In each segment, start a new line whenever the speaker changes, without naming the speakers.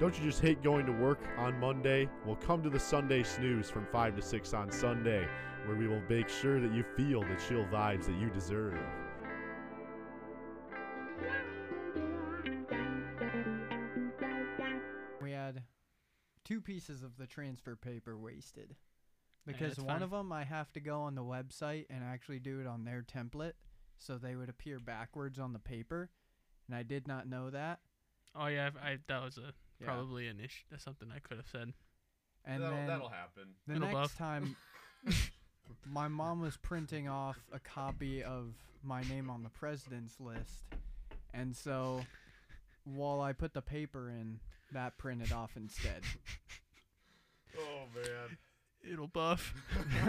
Don't you just hate going to work on Monday? Well, come to the Sunday snooze from 5 to 6 on Sunday, where we will make sure that you feel the chill vibes that you deserve.
We had two pieces of the transfer paper wasted
Yeah,
because
that's
one
fine.
of them I have to go on the website and actually do it on their template, so they would appear backwards on the paper, and I did not know that.
Oh yeah, I, I- that was a
Yeah.
probably an issue. That's something I could have said.
And
that'll,
then
that'll happen.
the
It'll
next
buff.
time, my mom was printing off a copy of my name on the president's list, and so while I put the paper in, that printed off instead.
Oh man,
It'll buff.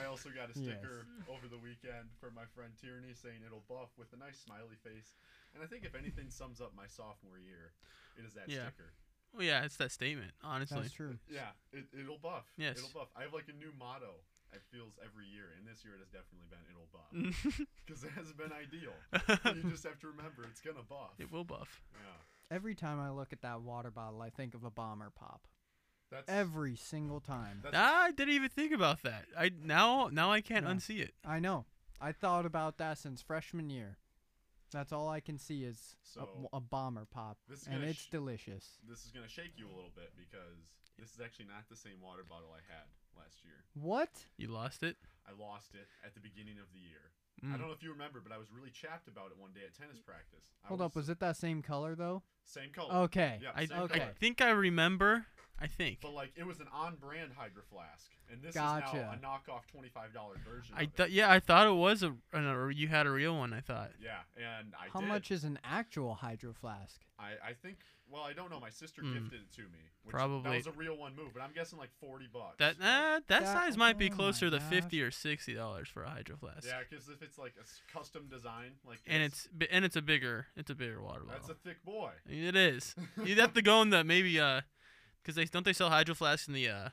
I also got a
Yes.
sticker over the weekend from my friend Tierney saying it'll buff with a nice smiley face. And I think if anything sums up my sophomore year, it is that
Yeah.
sticker.
well, yeah, it's that statement. Honestly,
That's true.
Yeah, it, it'll buff.
Yes.
it'll buff. I have like a new motto. It feels every year, and this year it has definitely been it'll buff because it has been ideal. you just have to remember it's gonna buff.
it will buff.
Yeah,
Every time I look at that water bottle, I think of a bomber pop.
that's
Every single time.
That's-
Ah, I didn't even think about that. I now now I can't
Yeah.
unsee it.
I know. I thought about that since freshman year. That's all I can see is a-
So-
a, bomber pop,
This is
and
gonna
it's
sh-
delicious.
This is gonna shake you a little bit because this is actually not the same water bottle I had last year.
What?
You lost it.
I lost it at the beginning of the year. I
Mm.
don't know if you remember, but I was really chapped about it one day at tennis practice. I
Hold up, was it that same color though?
same color?
Okay.
Yeah,
I,
same
I
okay.
color.
think I remember. I think.
But like, it was an on-brand Hydro Flask, and this is now
Gotcha.
a knockoff twenty-five dollar version.
I
of it.
thought. Yeah, I thought it was a, an, a. You had a real one. I thought.
Yeah, and I
How
did.
much is an actual hydro flask?
I, I think. Well, I don't know. My sister
Hmm.
gifted it to me. Which
Probably.
that was a real one move, but I'm guessing like forty bucks.
That uh, that,
That-
size might
oh
be
my
closer to
gosh.
fifty or sixty dollars for a hydro flask.
yeah, because if it's like a s- custom design, like
And
this,
it's bi- and it's a bigger it's a bigger water bottle.
that's a thick boy.
I mean, it is. You'd have to go in the maybe uh, because they don't they sell hydro flasks in the uh,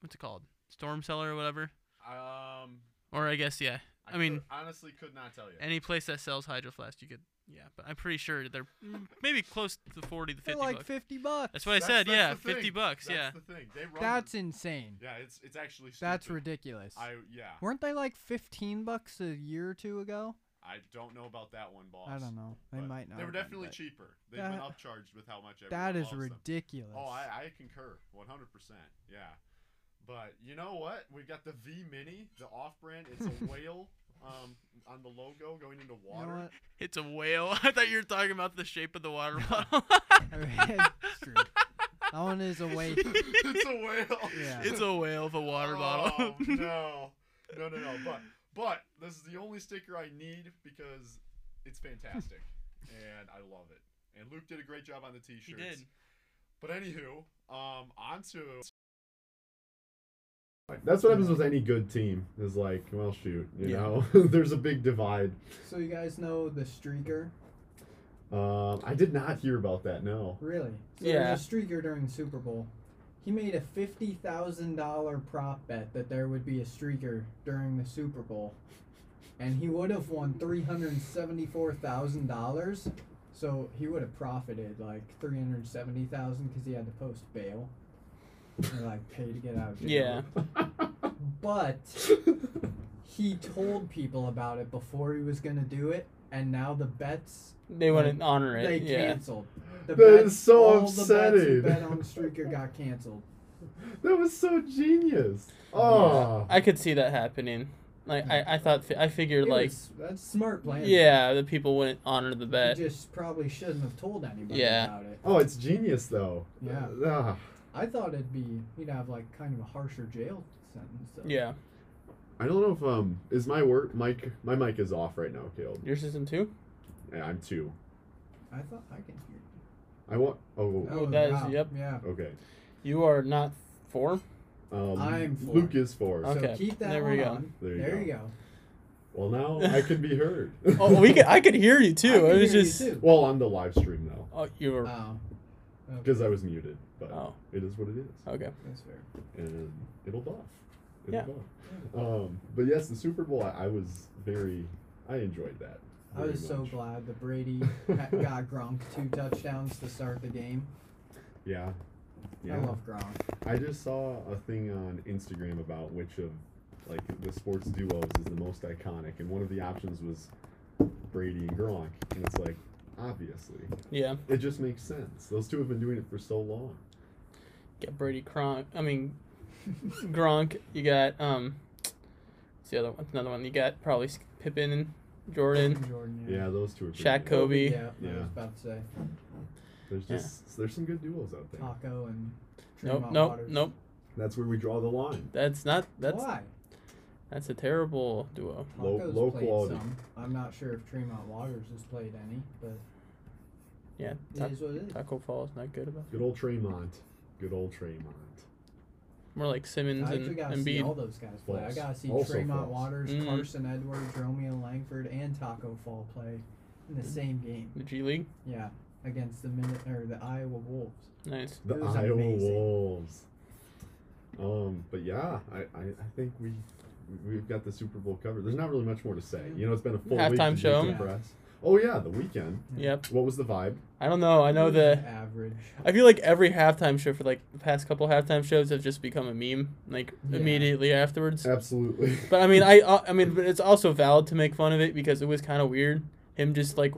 what's it called storm cellar or whatever.
Um,
Or I guess yeah, I
could-
mean-
honestly, could not tell you.
any place that sells hydro flask you could yeah. But I'm pretty sure they're mm, maybe close to forty to
They're
fifty
like
bucks.
50 bucks.
That's what I
That's-
said.
that's
yeah,
the thing.
fifty bucks.
That's
yeah.
the thing. They run.
That's insane.
yeah, it's it's actually. Stupid.
That's ridiculous.
I yeah.
Weren't they like 15 bucks a year or two ago?
I don't know about that one, boss.
I don't know. They
but
might not.
They
have
were
been,
definitely
but
cheaper. They've been
that-
upcharged with how much.
That
everyone
is
loves them.
ridiculous.
Oh, I, I concur, 100%. Yeah. But you know what? We've got the V Mini, the off-brand. It's a whale um, on the logo going into
You know
water.
what?
It's a whale. I thought you were talking about the shape of the water bottle.
I mean, it's true. That one is a way.
it's a whale.
Yeah.
it's a whale of a water bottle.
Oh, no. No, no, no. But, but this is the only sticker I need because it's fantastic. and I love it. And Luke did a great job on the t-shirts. But anywho, um, on to. That's what happens with any good team. Is like, well, shoot, you
Yeah.
know, there's a big divide.
So you guys know the streaker?
Um, I did not hear about that. No.
Really? So
Yeah.
there's a streaker during Super Bowl. He made a fifty thousand dollar prop bet that there would be a streaker during the Super Bowl, and he would have won three hundred seventy-four thousand dollars. So he would have profited like three hundred seventy thousand because he had to post bail, or like pay to get out of jail. But he told people about it before he was gonna do it, and now the bets
They
wouldn't
honor
they canceled. The
That
bets-
is so
all
upsetting.
The bets you bet on Streaker got canceled.
That was so genius. Oh.
I could see that happening. Like I, I thought, I figured
It
like,
was- that's smart plan.
yeah, the people wouldn't honor the
He
bet.
just probably shouldn't have told anybody
Yeah.
about it.
Oh, it's genius though.
Yeah.
Ah,
I thought it'd be he'd have like kind of a harsher jail sentence. though.
Yeah,
I don't know if um is my work mic my mic is off right now, Caleb.
your system too.
Yeah, I'm two.
I thought I can hear. You.
I want. Oh.
Oh, that is-
wow.
yep.
Yeah.
Okay.
You are not four.
Um,
I'm four.
Luke is four.
Okay.
So keep that
there we
one
go.
on.
There you
There
go.
you go.
Well, now I can be heard.
Oh, we could, I could hear you
I
too.
can
It was
hear you
just.
too.
Well, on the live stream though,
Oh, you were.
Oh. Okay,
because I was muted. But
Oh.
it is what it is.
Okay.
that's fair.
and it'll buff. It'll
Yeah.
buff. Um, but yes, the Super Bowl, I, I was very, I enjoyed that.
I
very
was so
much.
glad that Brady ha- got Gronk two touchdowns to start the game.
Yeah. Yeah.
I love Gronk.
I just saw a thing on Instagram about which of like the sports duos is the most iconic, and one of the options was Brady and Gronk, and it's like obviously
Yeah.
it just makes sense. Those two have been doing it for so long.
Get Brady Gronk. I mean, Gronk. You got um. It's the other one. Another one. You got probably Pippen and Jordan.
Jordan.
Yeah, those two are. pretty
Shaq,
good.
Kobe.
Yeah, I
Yeah.
was about to say
There's
Yeah.
just there's some good duos out there.
Taco and.
Nope.
Tremont
Nope.
Waters.
Nope.
That's where we draw the line.
That's not. That's
Why?
that's a terrible duo.
Low-
Taco's
low
played
quality.
some. I'm not sure if Tremont Waters has played any, but
Yeah.
it is what it is.
Taco Fall is not good about.
Good old Tremont. Good old Tremont.
More like Simmons
I actually
and
gotta see all
Embiid.
those guys play. I
False.
gotta see
Also
Tremont
false.
Waters,
Mhm.
Carson Edwards, Romeo Langford, and Taco Fall play in
Mm-hmm.
the same game.
The G League.
Yeah, against the Min- or the Iowa Wolves.
Nice.
The
It was
Iowa
amazing.
Wolves. Um, but yeah, I, I, I think we we've got the Super Bowl covered. There's not really much more to say. You know, it's been a full
Halftime
week to
show.
decompress. Oh yeah, the weekend.
Yep.
What was the vibe?
I don't know. I know the.
average.
I feel like every halftime show for like the past couple halftime shows have just become a meme, like
Yeah.
immediately afterwards.
Absolutely.
But I mean, I uh, I mean, but it's also valid to make fun of it because it was kind of weird. Him just like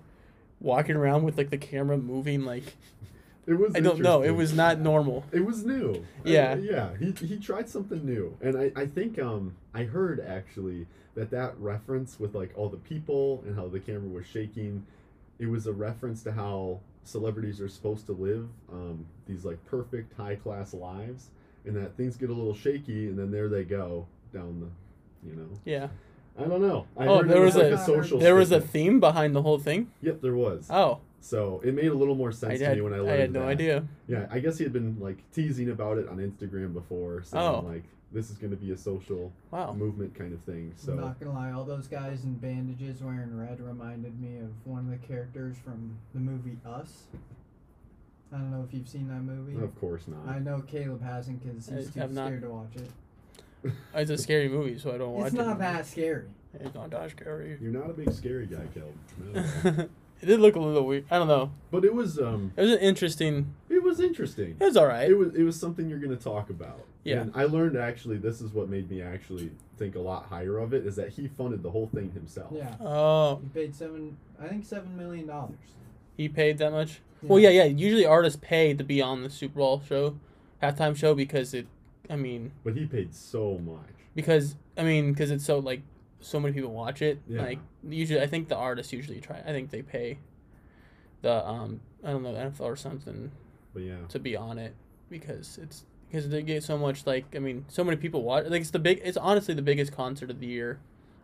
walking around with like the camera moving, like
It was.
I don't know. It
interesting.
was not normal.
It was new. I-
Yeah.
yeah. He, he tried something new, and I, I think um I heard actually that that reference with like all the people and how the camera was shaking, it was a reference to how celebrities are supposed to live um these like perfect high class lives, and that things get a little shaky, and then there they go down the, you know.
Yeah,
I don't know. I
Oh,
heard
there
it was
was
like
a-
social.
there was a
statement.
theme behind the whole thing.
Yep, there was.
Oh,
So it made a little more sense
I
to
had
me when I learned
I had no
that.
idea.
Yeah, I guess he had been like teasing about it on Instagram before, saying
Oh.
like this is going to be a social
Wow.
movement kind of thing.
I'm
So
not gonna lie, all those guys in bandages wearing red reminded me of one of the characters from the movie Us. I don't know if you've seen that movie.
of course
I
not.
know Caleb hasn't because he's
I-
too
I've not.
scared to watch it.
It's a scary movie, so I don't watch
It's
it.
not that scary.
It's not that scary.
You're not a big scary guy, Caleb. No.
it did look a little weird. I don't know.
but it was um
It was an interesting.
it was interesting.
It was all right.
It was it was something you're going to talk about.
Yeah.
And I learned actually this is what made me actually think a lot higher of it is that he funded the whole thing himself.
Yeah,
Oh,
he paid seven. I think seven million dollars.
he paid that much. Well, yeah, yeah. Usually artists pay to be on the Super Bowl show, halftime show because it. I mean,
But he paid so much.
because I mean, because it's so like so many people watch it.
Yeah.
Like usually, I think the artists usually try. I think they pay. The um, I don't know NFL or something
But yeah.
to be on it because it's because they get so much like I mean so many people watch like it's the big it's honestly the biggest concert of the year,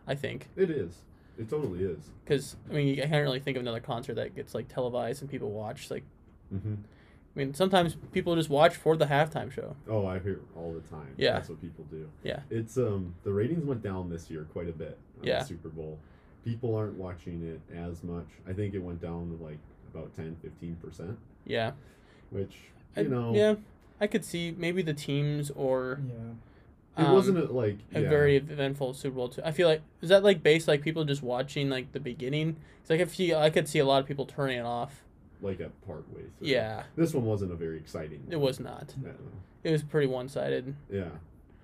I think
It is. It totally is.
because I mean I can't really think of another concert that gets like televised and people watch like
hmm
I mean sometimes people just watch for the halftime show
Oh, I hear it all the time.
Yeah.
That's what people do.
Yeah.
It's um the ratings went down this year quite a bit on
Yeah.
the Super Bowl. People aren't watching it as much. I think it went down to like about 10, 15%,
yeah
which
I-
you know,
yeah I could see maybe the teams or
Yeah,
it
um,
wasn't a, like
a
yeah,
very eventful Super Bowl. Too. I feel like is that like based like people just watching like the beginning? 'Cause I could see I could see a lot of people turning it off.
like a part way through.
Yeah,
This one wasn't a very exciting.
it
one.
was not.
No.
It was pretty one sided.
Yeah.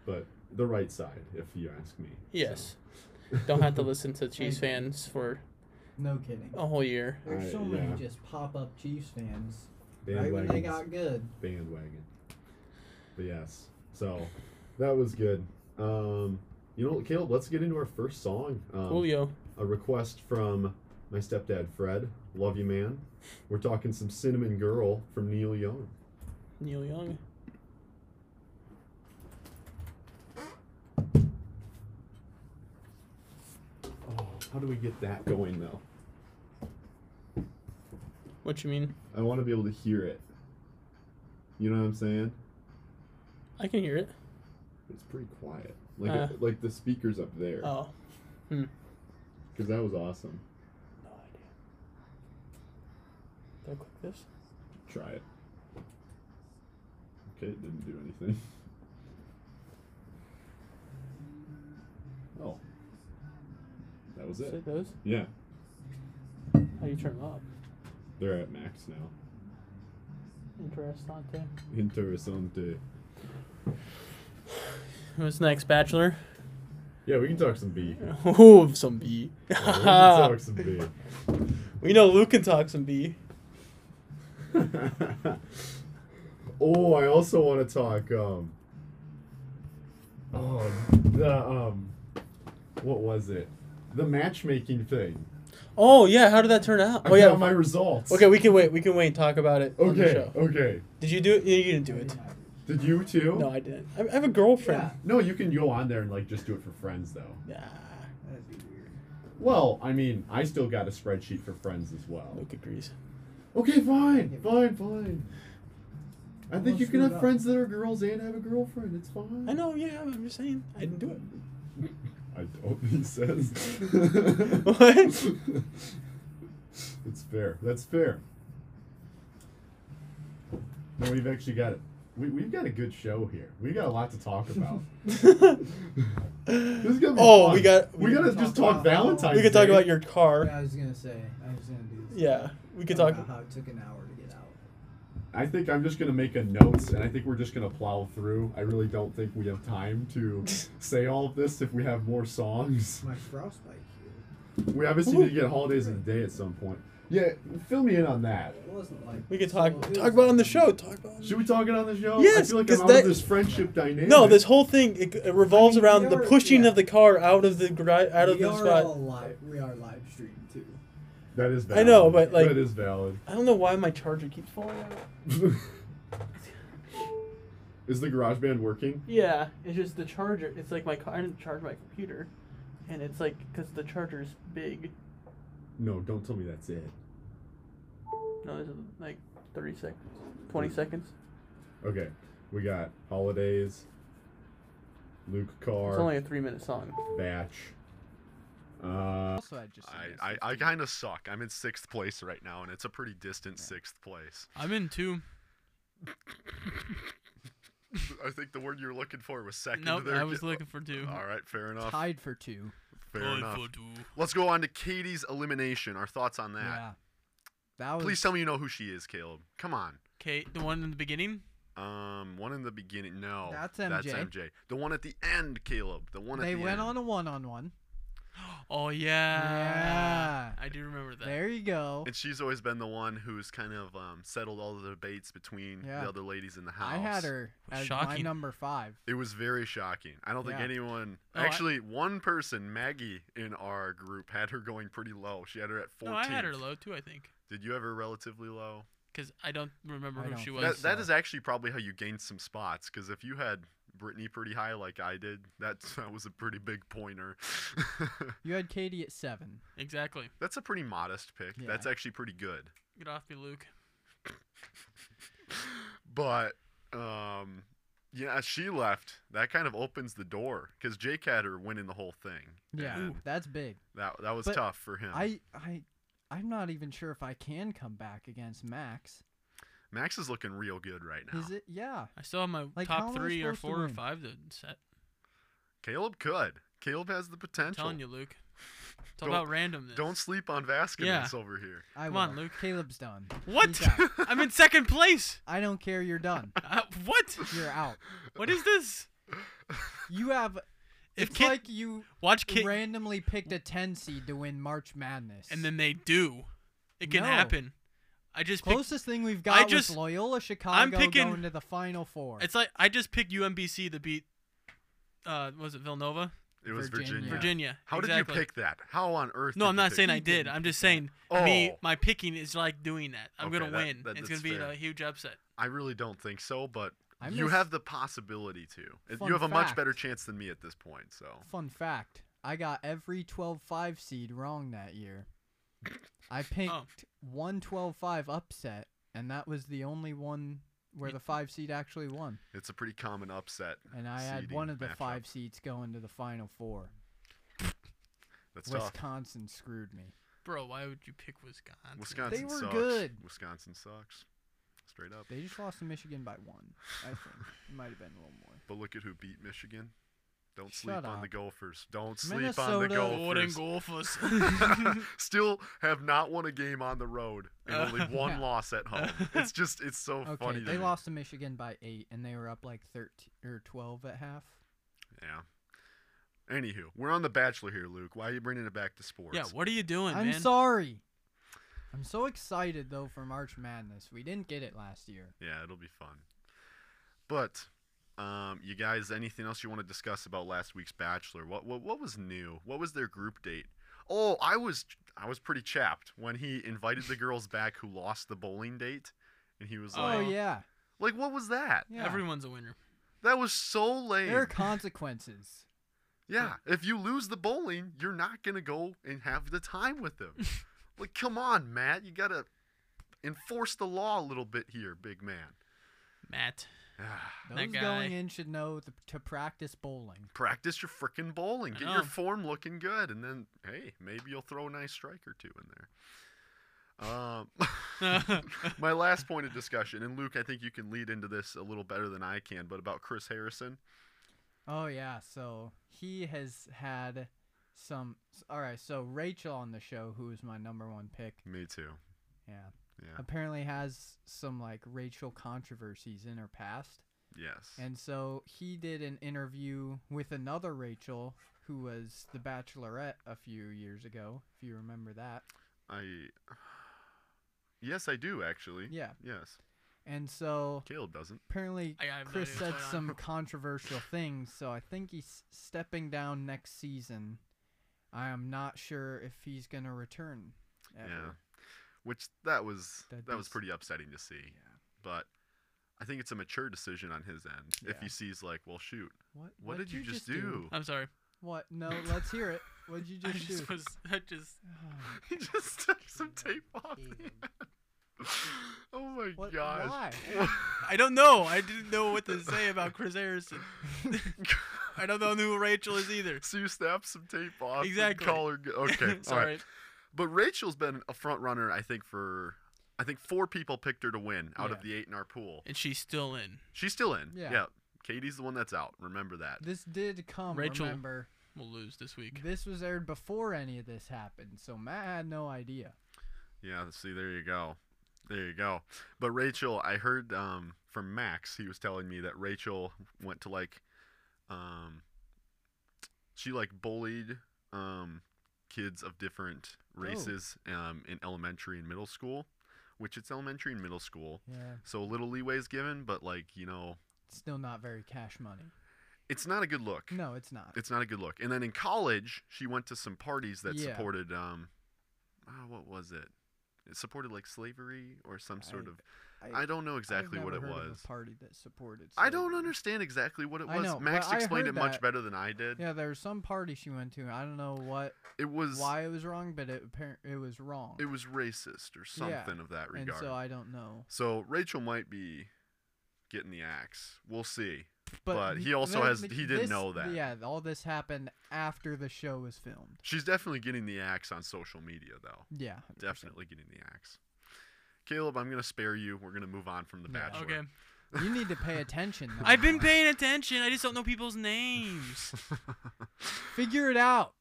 But the right side if you ask me.
Yes,
So.
don't have to listen to Chiefs
agree.
fans for
no kidding.
a whole year.
There's
I-
so many
Uh, yeah.
just pop up Chiefs fans. Right when
Bandwagons.
they got good.
bandwagon. But yes, so that was good. Um, you know, Caleb, let's get into our first song. Um,
Julio,
A request from my stepdad, Fred. Love you, man. We're talking some Cinnamon Girl from Neil Young.
Neil Young.
Oh, how do we get that going, though?
What you mean?
I want to be able to hear it. You know what I'm saying?
I can hear it.
It's pretty quiet. Like,
Uh.
like the speakers up there.
Oh,
Because that was awesome.
no idea. Did I click this?
Try it. Okay, it didn't do anything. Oh. That was
Is
it.
it those?
Yeah,
How do you turn them up?
they're at max now.
Interessante.
Interessante.
Who's next, Bachelor?
Yeah, we can talk some B. Yeah,
Ooh, some B.
Oh, we can talk some B.
we know Luke can talk some B.
oh, I also want to talk. Um, oh, the um, what was it? The matchmaking thing.
Oh yeah, how did that turn out?
I
Oh yeah.
got my results.
Okay, we can wait. We can wait and talk about it. On the
Okay.
show.
Okay.
Did you do it? Yeah, you didn't do it.
Did you too?
No, I didn't. I I have a girlfriend.
Yeah.
No, you can go on there and like just do it for friends though.
Nah,
That'd be weird.
Well, I mean, I still got a spreadsheet for friends as well.
Luke agrees.
Okay, fine, fine, fine. I
Well,
think you can
screw it
have
up.
friends that are girls and have a girlfriend. It's fine.
I know. Yeah, I'm just saying. I didn't do it.
I don't. He says.
What?
it's fair. That's fair. No, we've actually got it. We, we've got a good show here. We got a lot to talk about. this is gonna be
Oh,
fun.
we got-
We,
we
gotta
can
just
talk
talk
about-
Valentine's.
we could talk
Day.
about your car.
Yeah, I was gonna say. I was gonna do. This
Yeah, we could
About
talk.
how it took an hour to get out.
I think I'm just gonna make a note, and I think we're just gonna plow through. I really don't think we have time to say all of this if we have more songs.
My frostbite. Here.
We obviously need to get holidays of the day at some point. Yeah, fill me in on that.
It wasn't like.
We could
so
talk
it was
talk about it on the
like-
show. Talk about. it.
Should we talk it on the show? I
Yes,
feel like
'cause
I'm out
that-
of this friendship dynamic.
No, this whole thing it, it revolves
I mean,
around
we
the
are-
pushing
yeah.
of the car out of the garage, out of
we
the
are
spot.
All live, we are live streamed too.
that is
I
valid.
know, but, like-
that is valid.
I don't know why my charger keeps falling out.
is the garage band working?
Yeah, it's just the charger. It's like my car. I didn't charge my computer, and it's like because the charger's big.
No, don't tell me that's it.
No, this is like thirty seconds, twenty seconds.
Okay, we got holidays. Luke Carr.
It's only a three-minute song.
batch. Uh,
Also, I just.
I, I, I kind of suck. I'm in sixth place right now, and it's a pretty distant sixth place.
I'm in two.
I think the word you were looking for was second.
Nope,
there.
I was looking for two.
All right, fair enough.
Tied for two.
Fair enough. Let's go on to Katie's elimination. Our thoughts on that.
Yeah. That was
Please tell me you know who she is, Caleb. Come on.
Kate, the one in the beginning.
Um, one in the beginning. No,
That's
That's
MJ.
MJ. The one at the end, Caleb. The one
They
at the
went
end.
on a one-on-one.
Oh yeah.
Ah.
Yeah.
I do remember that.
There you go.
And she's always been the one who's kind of um, settled all the debates between
Yeah.
the other ladies in the house.
I had her as my
Shocking.
number five.
It was very shocking. I don't think
Yeah.
anyone.
No, I-
actually, one person, Maggie, in our group, had her going pretty low. She had her at 14.
No, I had her low too. I think
Did you have her relatively low?
because I don't remember
I
who
don't
she
think
was. uh,
That, that
so.
is actually probably how you gained some spots, because if you had Brittany pretty high like I did, that, that was a pretty big pointer.
You had Katie at seven.
exactly.
That's a pretty modest pick. That's actually pretty good.
Get off me, Luke.
But um, yeah, she left. That kind of opens the door because Jake had her winning the whole thing.
Yeah,
and
that's big.
that that was
But
tough for him.
I, I, I'm not even sure if I can come back against Max.
Max is looking real good right now.
Is it? Yeah.
I still have my
Like, how am
top
I
three or
supposed to
four or
win?
five to set.
Caleb could. Caleb has the
I'm
potential.
telling you, Luke. It's all
Don't-
about randomness.
Don't sleep on Vasquez
Yeah.
over here.
I
Come on,
will.
Luke.
Caleb's done.
What?
He's out.
I'm in second place.
I don't care. You're done.
Uh, what?
You're out.
What is this?
You have.
If
It's
Kit,
like you
watch Kit,
randomly picked a ten seed to win March Madness.
and then they do. It can
No.
happen. I just picked
closest thing we've got
just-
was Loyola Chicago
picking-
going to the Final Four.
It's like I just picked UMBC to beat. Uh, was it Villanova?
It was Virginia.
Virginia. Yeah.
Virginia.
How
exactly.
did you pick that? How on earth?
No,
did
I'm
you
not
pick-
saying I did. I'm just saying me.
Oh.
My picking is like doing that. I'm
Okay,
gonna
that-
win.
that-
it's gonna
that's
be
fair.
a huge upset.
I really don't think so, but
I
you
miss-
have the possibility to.
Fun
you have a much better
fact.
chance than me at this point. So
Fun fact I got every 12 5 seed wrong that year.
Oh.
I picked one 12 5 upset, and that was the only one where the 5 seed actually won.
it's a pretty common upset.
And I had
seeding
one of the
matchup.
5 seeds going to the final four.
That's tough.
Wisconsin screwed me.
Bro, why would you pick Wisconsin?
Wisconsin
They were
sucks.
good.
Wisconsin sucks. Straight up.
They just lost to Michigan by one, I think. It might have been a little more.
But look at who beat Michigan. Don't sleep
Shut
on the
up.
Gophers. Don't sleep on the
Minnesota-
Golden
Gophers.
Gophers.
Still have not won a game on the road and only one
Yeah.
loss at home. It's just it's so
Okay,
funny. to
they
me.
lost to Michigan by eight, and they were up like thirteen or twelve at half.
Yeah. Anywho, we're on the Bachelor here, Luke. Why are you bringing it back to sports?
yeah, what are you doing,
I'm
man?
sorry. I'm so excited though for March Madness. We didn't get it last year.
Yeah, it'll be fun. But um, you guys, anything else you want to discuss about last week's Bachelor? What what what was new? What was their group date? Oh, I was I was pretty chapped when he invited the girls back who lost the bowling date, and he was
Oh,
Oh,
like,
yeah,
like what was that?
yeah.
Everyone's a winner.
That was so lame.
there are consequences.
Yeah, if you lose the bowling, you're not gonna go and have the time with them. like, come on, Matt, you gotta enforce the law a little bit here, big man.
Matt. That
Those
guy.
going in should know th- to practice bowling.
practice your freaking bowling.
I
Get your
know.
form looking good, and then hey, maybe you'll throw a nice strike or two in there. Um, my last point of discussion, and Luke, I think you can lead into this a little better than I can, but about Chris Harrison.
Oh yeah, so he has had some. s- All right, so Rachel on the show, who is my number one pick,
Me too.
yeah,
Yeah.
apparently has some like racial controversies in her past.
Yes.
And so he did an interview with another Rachel who was the bachelorette a few years ago, if you remember that.
I. Yes, I do actually.
Yeah.
Yes.
And so
Caleb doesn't.
apparently
I have no
Chris
idea
said
what's going
some controversial things, so I think he's stepping down next season. I am not sure if he's going to return. Ever.
Yeah. Which that was
That'd
that
be
was
s-
pretty upsetting to see. But I think it's a mature decision on his end. If
Yeah.
he sees like, well, shoot,
What,
what,
what'd
did you, just do?
I'm sorry.
What? No, let's hear it. What'd you
I
just,
just
do?
was. I just.
Oh,
He just took some tape off. oh my
What-
gosh.
I don't know. I didn't know what to say about Chris Harrison. I don't know who Rachel is either.
so you snap some tape off. and
Exactly.
Call her. g- Okay. All
sorry.
right. But Rachel's been a front runner, I think, for I think four people picked her to win out of
Yeah.
the eight in our pool.
And she's still in.
She's still in.
Yeah.
Katie's the one that's out. Remember that.
this did come,
Rachel-
remember.
We'll lose this week.
This was aired before any of this happened, so Matt had no idea.
Yeah. See, there you go. There you go. But Rachel, I heard um, from Max. He was telling me that Rachel went to like, um, she like bullied um, kids of different races um, in elementary and middle school, which it's elementary and middle school.
Yeah.
So a little leeway is given, but like you know,
Still not very cash money.
it's not a good look.
No, it's not.
It's not a good look. And then in college, she went to some parties that
Yeah.
supported um, oh, what was it? It supported like slavery or some sort
I-
of. I don't know exactly
I've
what it
never heard of a
was.
party that supported.
I don't
slavery.
understand exactly what it
I
was.
know,
Max
but I
explained it
heard
much
that.
better than I did.
Yeah, there was some party she went to. and I don't know what,
It was
why it was wrong, but it apparent it was wrong.
it was racist or something
Yeah,
of that
and
regard.
so I don't know.
So Rachel might be getting the axe. We'll see.
But,
But he
th-
also
that-
has-
th-
he didn't
this-
know that.
Yeah, all this happened after the show was filmed.
She's definitely getting the axe on social media though.
Yeah. 100%.
Definitely getting the axe. Caleb, I'm gonna spare you. We're gonna move on from the
Yeah.
bachelor.
Okay.
You need to pay attention. though.
I've been paying attention. I just don't know people's names.
figure it out.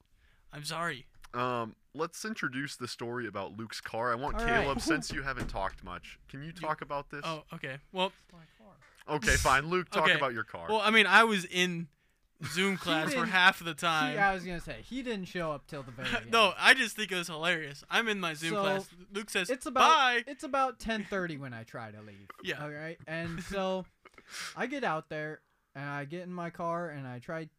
I'm sorry.
Um, let's introduce the story about Luke's car. I want
All right.
Caleb, since you haven't talked much, can you talk about this?
Oh, okay. Well,
Okay, fine. Luke, talk
Okay.
about your car.
well, I mean, I was in Zoom class for
didn't-
half of the
He, I
time.
was gonna say he didn't show up till the very end.
No, I just think it was hilarious. I'm in my Zoom
So,
class. Luke says,
it's about
"Bye."
it's about 10:30 when I try to leave.
Yeah.
All right. And so I get out there and I get in my car and I try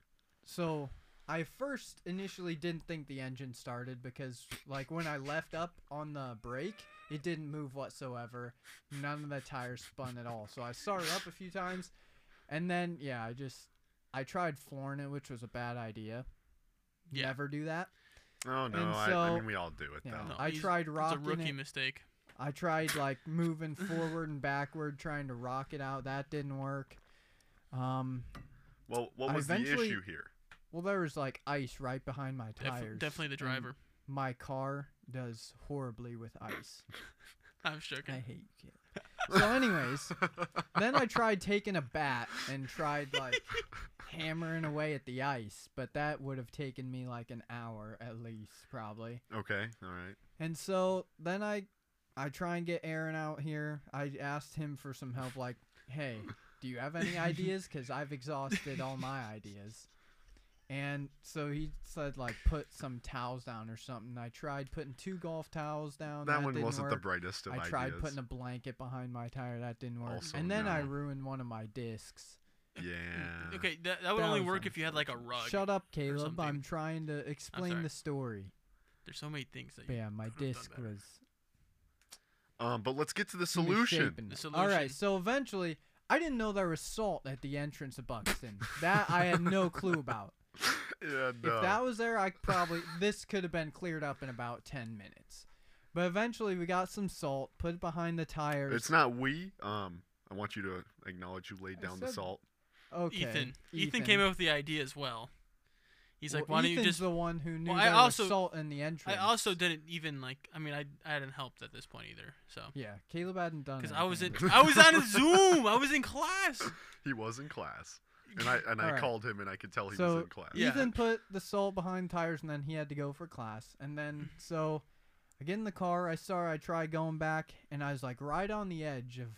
so I first initially didn't think the engine started because like when I left up on the brake, it didn't move whatsoever. None of the tires spun at all. So I started up a few times and then yeah, I just I tried flooring it, which was a bad idea.
Yeah.
Never do that.
oh no,
and
I, I
so-
mean we all do it
Yeah.
though.
No,
I
he's-
tried
It's a
rocking
rookie
it.
mistake.
I tried like moving forward and backward, trying to rock it out. That didn't work. Um,
Well, what
I
was the
eventually-
issue here?
well, there was like ice right behind my
Def-
tires. Um,
definitely the
and
driver.
My car does horribly with ice.
I'm shook.
I hate you, Caleb. So, anyways, then I tried taking a bat and tried like hammering away at the ice, but that would have taken me like an hour at least, probably.
Okay, all right.
And so then I I try and get Aaron out here. I asked him for some help like, "Hey, do you have any ideas cuz I've exhausted all my ideas." And so he said like put some towels down or something. I tried putting two golf towels down.
That, one
didn't
wasn't the
work.
brightest of
I
ideas.
tried putting a blanket behind my tire. That didn't work.
Also
and then I
no.
ruined one of my discs.
yeah.
Okay, that, that would
That
only
was
work if you had like a rug.
Shut up, Caleb.
something.
I'm trying to explain
sorry.
the story.
There's so many things that.
But
You,
yeah, my
could've done
disc
better.
was
Um, but let's get to the solution.
misshapen.
The
All
solution.
right, so eventually, I didn't know there was salt at the entrance of Buxton. that I had no clue about.
Yeah, no.
If that was there, I probably this could have been cleared up in about ten minutes. But eventually, we got some salt, put it behind the tires.
it's not we. Um, I want you to acknowledge who laid
I
down the
said-
salt.
okay.
Ethan. Ethan. came up with the idea as well. He's like, why don't you
Ethan's
just?
the one who knew
Well, I
there
also-
was salt in the
I
entrance.
also didn't even like. I mean, I I hadn't helped at this point either. So.
yeah, Caleb hadn't done.
Because I was in,
anything.
I was on Zoom. I was in class.
He was in class, and I and I
Alright.
called him, and I could tell he
So,
was in class.
Yeah.
Ethan put the salt behind tires, and then he had to go for class. And then so I get in the car. I saw. I tried going back, and I was like right on the edge of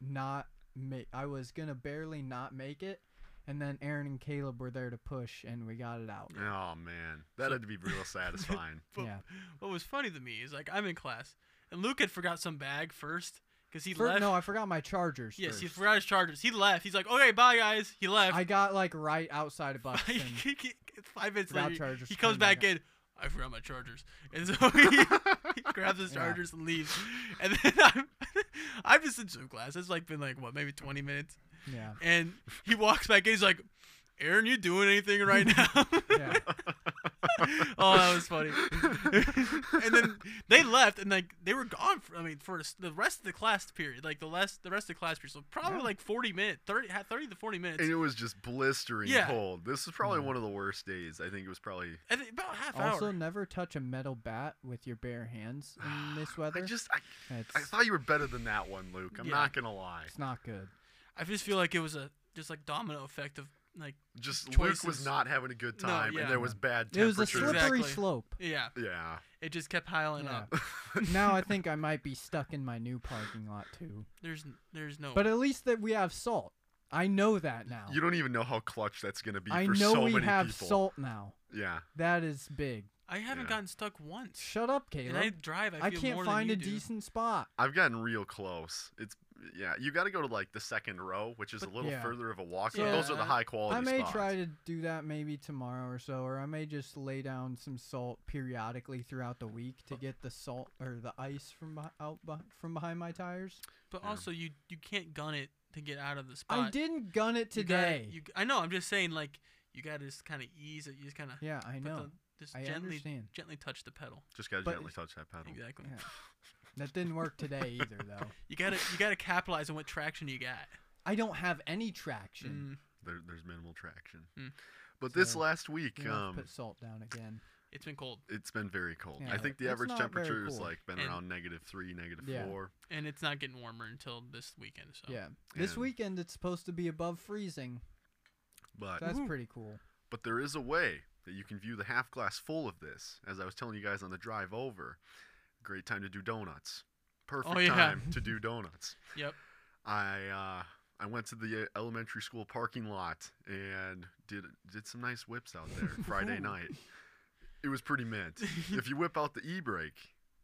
not make. I was gonna barely not make it. And then Aaron and Caleb were there to push, and we got it out.
Oh man, that had to be real satisfying.
But
Yeah.
What was funny to me is like I'm in class and Luke had forgot some bag first because he
For-
left.
no, I forgot my chargers.
yes, he
first.
forgot his chargers. He left. He's like, okay, bye guys. He left.
I got like right outside of Buxton.
He- he- Five minutes
Without
later,
chargers,
he comes
came back
back in. I forgot my chargers, and so he, he grabs his
Yeah.
chargers and leaves. And then I'm, I'm just in swim class. It's like been like what, maybe 20 minutes,
yeah,
and he walks back in. He's like, "Aaron, you doing anything right now?"
yeah.
oh, that was funny. and then they left, and like they were gone. For, I mean, for s- the rest of the class period, like the last, the rest of the class period, so probably
Yeah.
like forty minutes, 30, ha- 30 to forty minutes,
and it was just blistering
Yeah.
cold. This is probably
Yeah.
one of the worst days. I think it was probably.
and then about half
Also,
hour.
never touch a metal bat with your bare hands in this
I
Mm, weather.
just I,
it's,
I thought you were better than that one, Luke. I'm
Yeah.
not gonna lie.
it's not good.
I just feel like it was a just like domino effect of like
Just Luke was
Choices.
not having a good
No,
time,
yeah.
and there was bad
It was
temperatures.
a slippery
Exactly.
slope.
yeah,
Yeah.
it just kept piling
Yeah.
up.
now I think I might be stuck in my new parking lot too.
There's n- there's no.
But uh, at least that we have salt. I know that now.
You don't even know how clutch that's gonna be
I
for
know
so
we
many
have
people.
salt now.
Yeah.
That is big.
I haven't
Yeah.
gotten stuck once.
Shut up,
And I
Caleb.
drive. I,
I,
feel
can't
more
find a
than you do.
decent spot.
I've gotten real close. It's yeah. You got to go to like the second row, which is a little
yeah.
further of a walk.
Yeah.
but those are the high quality.
I may
spots.
try to do that maybe tomorrow or so, or I may just lay down some salt periodically throughout the week to get the salt or the ice from beh- out beh- from behind my tires.
But
Yeah.
also, you you can't gun it to get out of the spot.
I didn't gun it
You gotta-
today.
you- I know. I'm just saying, like, you gotta just kind of ease it. You just kind of
yeah, I know.
just
I
gently,
understand.
gently touch the pedal.
Just gotta
but-
gently touch that pedal.
Exactly.
Yeah. That didn't work today either, though.
You gotta, you gotta capitalize on what traction you got.
I don't have any traction.
Mm,
There, there's minimal traction.
Mm.
But this
So,
last
We
week,
have to
um,
put salt down again.
it's been cold,
it's been very cold. I
Yeah,
think the
it's
average
not very
temperature has
cool.
like been
And-
around negative three, negative
Yeah.
four.
and it's not getting warmer until this weekend. So
yeah. This
and-
weekend it's supposed to be above freezing.
But
That's pretty cool.
But there is a way that you can view the half glass full of this. As I was telling you guys on the drive over, great time to do donuts. Perfect
Oh, yeah.
time to do donuts.
Yep.
I uh, I went to the uh, elementary school parking lot and did did some nice whips out there Friday night. It was pretty mint. if you whip out the e-brake,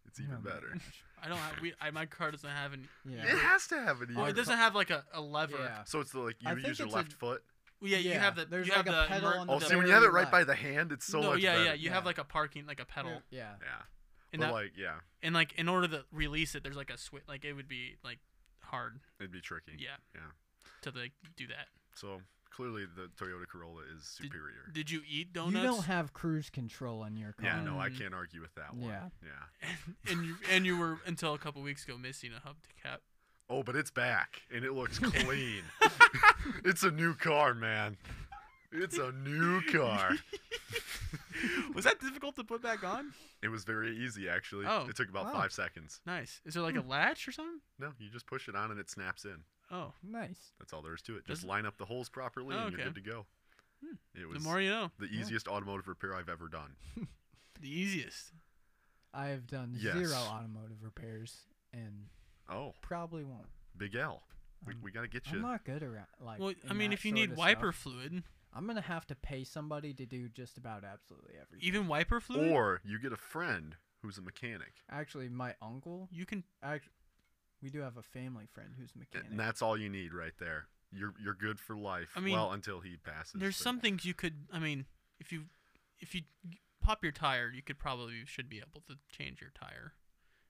it's even
Oh my
better.
I don't have. We, I, my car doesn't have an.
Yeah.
It has to have an
Oh,
e-brake.
it doesn't have like a, a lever.
Yeah.
so it's the, like you
I think
use your
it's a-
left foot.
Well, yeah, you
Yeah,
have the.
there's
you
like
have
a
the
pedal
emer-
on the
Oh,
the
see when you have it right
very
by
left.
the hand, it's so
no,
much
yeah,
better.
yeah. You have
Yeah.
like a parking, like a pedal,
Yeah.
yeah.
and
but
that,
like, yeah,
and like in order to release it, there's like a switch. Like it would be like hard.
it'd be tricky.
Yeah.
Yeah.
To like do that.
So clearly the Toyota Corolla is
Did-
superior.
Did you eat
You
donuts?
don't have cruise control in your car.
yeah, no, I
Mm.
can't argue with that one.
Yeah.
Yeah.
and, and you and you were until a couple weeks ago missing a hubcap.
Oh, but it's back and it looks clean. it's a new car, man. It's a new car.
Was that difficult to put back on?
It was very easy actually.
Oh,
it took about
wow.
5 seconds.
Nice. Is there like a
Hmm.
latch or something?
No, you just push it on and it snaps in.
Oh,
Nice.
That's all there is to it. Just
Does-
line up the holes properly
Oh,
and you're
okay. Hmm.
good to go. It
The
was
more you know.
the easiest automotive repair I've ever done.
The easiest.
I have done
Yes.
zero automotive repairs and
Oh,
probably won't.
Big L. We,
I'm-
we gotta get
I'm
you.
not good around like.
well, I
in
mean,
that
if you
sort
need
of
wiper
stuff.
fluid,
I'm gonna have to pay somebody to do just about absolutely everything.
even wiper fluid,
Or you get a friend who's a mechanic,
Actually, my uncle.
you can.
Act- we do have a family friend who's a mechanic.
and that's all you need right there. You're you're good for life.
I mean,
well, until he passes.
There's
but-
some things you could. I mean, if you if you pop your tire, you could probably you should be able to change your tire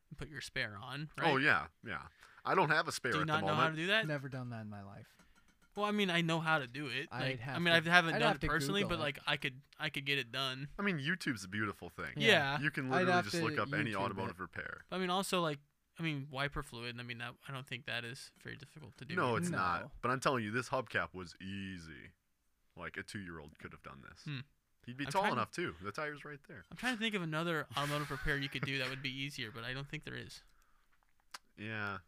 and put your spare on. Right?
Oh yeah, yeah. I don't have a spare
Do you
at
not
the
know how to
moment.
do that?
Never done that in my life.
Well, I mean, I know how to do it.
I'd
Like, I
have
mean,
to-
I haven't
I'd
done
have
it
to
personally, but
Google it.
like, I could, I could get it done.
I mean, YouTube's a beautiful thing.
Yeah.
You can
I'd
literally
have
just
to
look up any
YouTube it.
automotive repair.
But, I mean, also like, I mean, wiper fluid. I mean, that, I don't think that is very difficult to do.
No, it's not.
No.
But I'm telling you, this hubcap was easy. Like a two-year-old could have done this.
Hmm.
He'd be
I'm
tall
trying to-
enough too. The tire's right there.
I'm trying to think of another automotive repair you could do that would be easier, but I don't think there is.
Yeah.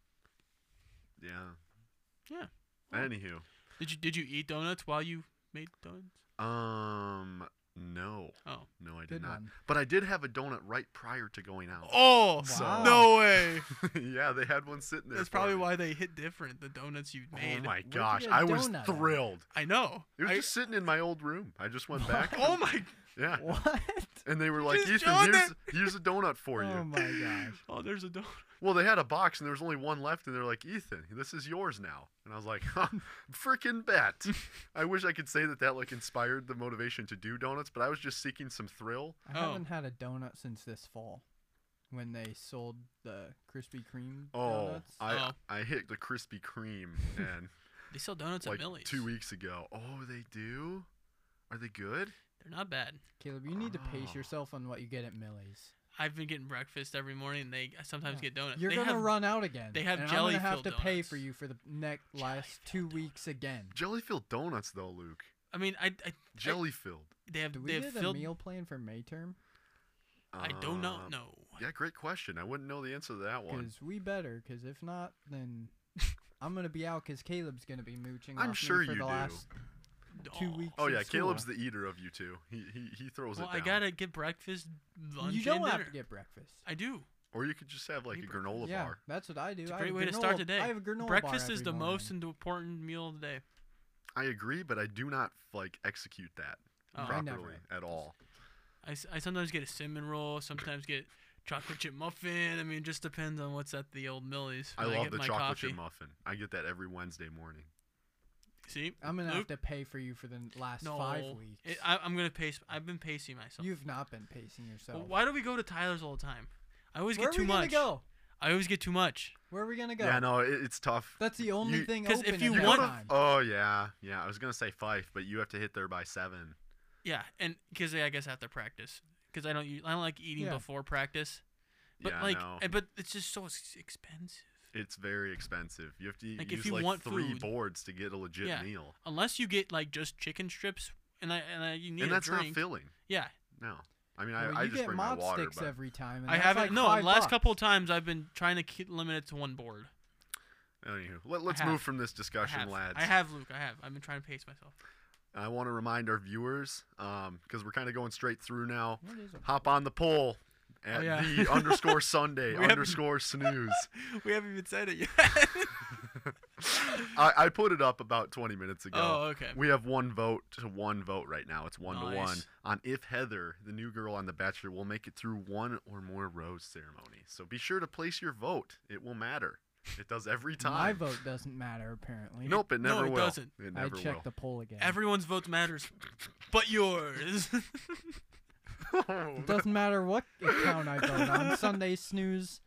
Yeah.
Yeah.
Anywho,
Did you Did you eat donuts while you made donuts?
um, no,
Oh.
no, I did
Good
not.
one.
But I did have a donut right prior to going out.
Oh.
Wow.
No way.
yeah, they had one sitting there.
That's
for
probably
me.
why they hit different. The donuts you made.
Oh my
you
gosh,
get a
I was
donut at?
thrilled.
I know.
It was
I-
just sitting in my old room. I just went back.
oh my.
Yeah.
What?
And they were like,
Just
Ethan,
donut."
here's, here's a donut for
Oh
you.
my gosh.
Oh, there's a donut.
Well, they had a box and there was only one left, and they're like, Ethan, this is yours now. And I was like, huh, freaking bet. I wish I could say that that like inspired the motivation to do donuts, but I was just seeking some thrill.
I
Oh.
haven't had a donut since this fall, when they sold the Krispy Kreme
Oh,
donuts.
I
Oh.
I hit the Krispy Kreme and
They sell donuts
like
at Millie's.
two weeks ago. Oh, they do. Are they good?
They're not bad.
Caleb, you need to pace
Oh.
yourself on what you get at Millie's.
I've been getting breakfast every morning. and They I sometimes
Yeah.
get donuts.
You're
they
gonna
have,
run out again.
they have
and
jelly
I'm gonna have to
filled
pay for
donuts.
you for the next last two weeks again.
Jelly filled donuts though, Luke.
I mean, I, I
Jelly filled.
they have
Do we
they have
get
filled.
a meal plan for May term?
I do
Um,
not know.
Yeah, great question. I wouldn't know the answer to that one.
Because we better. Because if not, then I'm gonna be out. Because Caleb's gonna be mooching.
I'm
off
sure
me for
you
the
do.
last two
Oh.
weeks.
Oh
of
yeah,
school.
Caleb's the eater of you two. He he, he throws
Well,
it down.
I gotta get breakfast, lunch,
You don't
and
have
dinner.
to get breakfast.
I do.
Or you could just have like a
Eat
granola
yeah,
bar.
that's what I do.
It's
I
a
have
great way to
granola-
start the day.
I have a granola bar
breakfast is
every
the most
morning.
important meal of the day.
I agree, but I do not like execute that
Oh.
I
properly
never
at all.
I, s- I sometimes get a cinnamon roll. Sometimes get chocolate chip muffin. I mean, it just depends on what's at the old Millie's.
I
when
love
get
the
my
chocolate
coffee.
chip muffin. I get that every Wednesday morning.
See,
I'm gonna have
Luke?
to pay for you for the last five
No.
weeks.
It- I, I'm gonna pace. I've been pacing myself.
You've not been pacing yourself.
Well, why do we go to Tyler's all the time? I always
Where
get
are
too
we
much.
gonna go?
I always get too much.
Where are we gonna go?
Yeah, no, it, it's tough.
That's the only
You-
thing
'cause
open.
if you
at that
want-
time.
Oh yeah, yeah. I was gonna say five, but you have to hit there by seven.
Yeah, and because I guess after practice, because I don't, u- I don't like eating
Yeah.
before practice. But
yeah,
like,
no,
eh, but it's just so ex- expensive.
it's very expensive. You have to
Like, if
use
you
like
want
three
food-
boards to get a legit
Yeah.
meal,
Unless you get like just chicken strips, and I and I, you need
and
a
that's not
drink.
filling.
yeah,
No, I mean
Well,
I, I
you
just
get
bring my
mod
water,
sticks
but
every time. And
I
that's
haven't.
Like
no,
five
the last
bucks.
couple times I've been trying to keep limit it to one board.
anywho, let, let's
have-
move from this
I
discussion,
have,
lads.
I have Luke. I have. I've been trying to pace myself.
I want to remind our viewers, because we're kind of going straight through now.
What is it?
Hop on the poll at
yeah.
the underscore Sunday
We haven't-
underscore snooze.
We haven't even said it yet.
I, I put it up about 20 minutes ago.
oh, okay.
We have one vote to one vote right now. It's one to one
Nice.
on if Heather, the new girl on The Bachelor, will make it through one or more rose ceremony. So be sure to place your vote. It will matter. It does every time.
My vote doesn't matter apparently.
Nope, it
No,
never
it
will.
doesn't.
It
I
never
checked
will.
the poll again.
Everyone's vote matters, but yours.
it doesn't matter what account I vote on, Sunday snooze,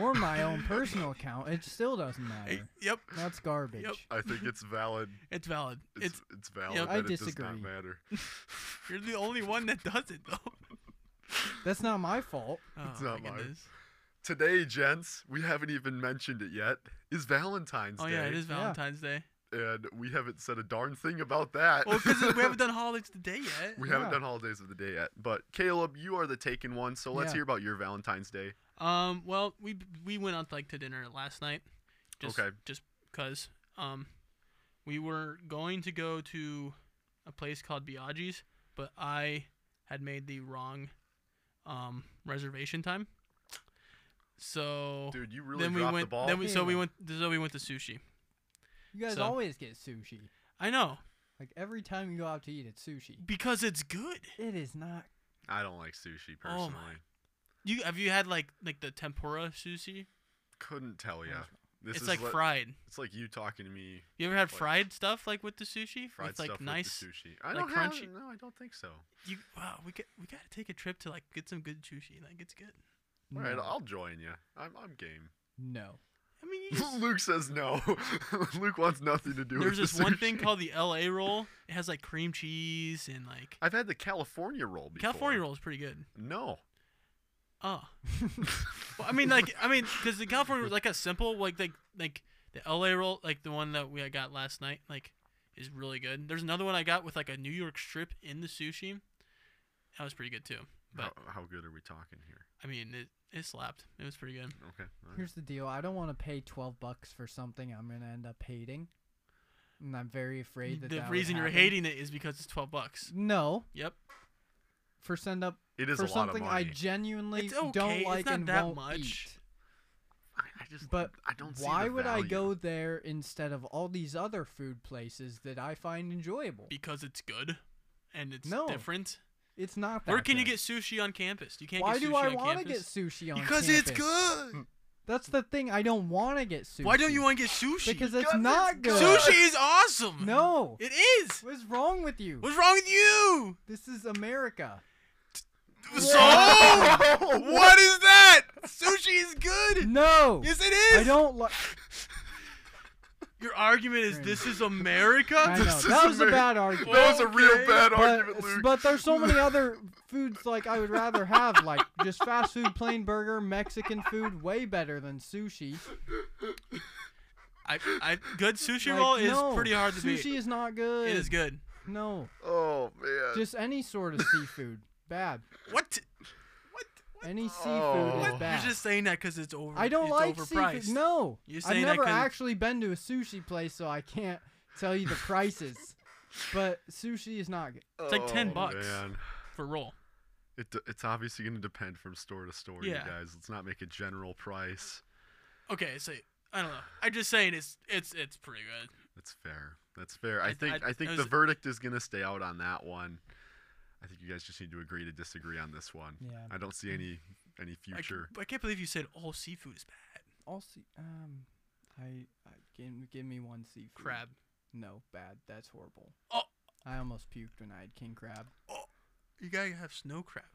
or my own personal account. It still doesn't matter.
yep,
That's garbage.
Yep.
I think it's valid.
it's valid.
It's
It's
it's, valid.
yep.
that
I
it Does
disagree.
not matter.
you're the only one that does it though.
That's not my fault.
Oh,
It's
my
not mine.
goodness.
Today, gents, we haven't even mentioned it yet. Is Valentine's
Oh
Day,
yeah, it is
Yeah.
Valentine's Day.
and we haven't said a darn thing about that.
Well, because we haven't done holidays today yet.
We haven't
Yeah.
done holidays of the day yet, but Caleb, you are the taken one, so let's
Yeah.
hear about your Valentine's Day.
Um, well, we we went out like to dinner last night. Just,
Okay.
Just because um, we were going to go to a place called Biaggi's, but I had made the wrong um, reservation time. So
Dude, you really
then we
dropped
went.
the ball.
Then we so we went. So we went to sushi.
You guys
So-
always get sushi.
I know
Like every time you go out to eat, it's sushi.
because it's good.
It is not.
I don't like sushi
Oh
personally.
my- You have you had like like the tempura sushi?
Couldn't tell ya. This
it's
is
like
what-
fried.
It's like you talking to me.
You ever had
like-
fried stuff like with the sushi?
Fried
with like
stuff
nice.
with the sushi. I
like,
don't have-
crunchy-
No, I don't think so.
You wow. We got we gotta take a trip to like get some good sushi. Like it's good.
All
Mm.
right,
no.
I'll join you. I'm I'm game.
no.
I mean, you just,
Luke says no. Luke wants nothing to do
there's
with
this
the
one thing
sushi.
called the L.A. roll. It has like cream cheese and like
I've had the California roll before.
California roll is pretty good.
No.
Oh. well, I mean, like, I mean, because the California like a simple like like like the LA roll like the one that we I got last night like is really good. There's another one I got with like a New York strip in the sushi. That was pretty good too. But
how, how good are we talking here?
I mean, it it slapped. It was pretty good.
Okay. all right.
Here's the deal. I don't want to pay twelve bucks for something I'm gonna end up hating, and I'm very afraid that
the
that would
reason you're
happen.
hating it is because it's twelve bucks.
No,
Yep.
for send up
It is
for
a lot of
something
money.
I genuinely
It's okay.
don't
It's
like
not
and
that
won't
much.
eat.
I, I just
But
I don't see
Why
the
would I
value.
go there instead of all these other food places that I find enjoyable?
Because it's good, and it's
No.
different.
It's not that.
Where can you
good.
get sushi on campus? You can't.
Why
get sushi
do I
on
want to
campus.
get sushi on
Because
campus? Mm,
it's good.
That's the thing. I don't want to get sushi.
Why don't you want to get sushi?
Because it's not good.
Sushi is awesome.
No.
It is.
What's wrong with you?
What's wrong with you?
This is America.
So? what is that? Sushi is good.
No.
Yes, it is.
I don't like.
Your argument is this is America?
I know
is
that was a
Ameri-
bad argument.
That was a real
Okay.
bad argument,
But,
Luke.
but there's so many other foods like I would rather have like just fast food, plain burger, Mexican food, way better than sushi.
I, I, good sushi
Like,
roll is
no,
pretty hard to
sushi
beat.
is not good.
It is good.
No,
oh man.
just any sort of seafood, bad.
What?
Any seafood
Oh.
is bad.
You're just saying that because it's over.
I don't
it's
like
overpriced.
seafood. No,
You're
I've
saying that
never
'cause-
actually been to a sushi place, so I can't tell you the prices. but sushi is not good.
it's
like 10 bucks.
Oh, Man.
for roll.
It d- it's obviously going to depend from store to store,
Yeah.
you guys. Let's not make a general price.
Okay, so I don't know. I'm just saying it's it's it's pretty good.
That's fair. That's fair. I,
I-
think
I-
I,
I
think
was-
the verdict is gonna stay out on that one. I think you guys just need to agree to disagree on this one.
Yeah.
I don't see any any future.
I, I can't believe you said all seafood is bad.
All sea, um, I, I give, give me one seafood.
Crab.
No, bad. That's horrible.
Oh.
I almost puked when I had king crab.
You gotta have snow crab.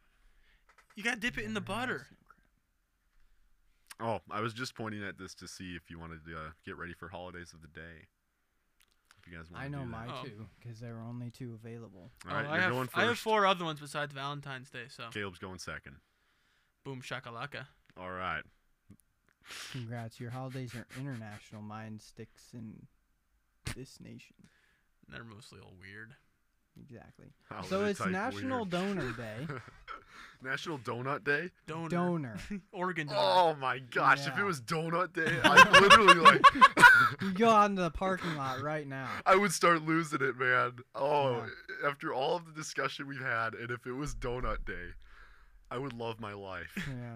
You gotta dip it in the
Never had
butter.
snow crab.
oh, I was just pointing at this to see if you wanted to uh, get ready for holidays of the day. If you guys want.
I know
do that.
my
Oh.
two because there were only two available.
All right,
Oh,
you're
I, have,
going first.
I have four other ones besides Valentine's Day, so
Caleb's going second.
boom shakalaka.
All right.
Congrats, your holidays are international. Mine sticks in this nation.
And They're mostly all weird.
Exactly.
Holiday
so it's
Oh, type
National
weird.
Donor Day.
National Donut Day.
Donor.
Donor.
Organ donor.
Oh my gosh! If
Yeah.
it was Donut Day, I literally like.
You go out into the parking lot right now.
I would start losing it, man. Oh,
Yeah.
after all of the discussion we've had, and if it was Donut Day, I would love my life.
Yeah.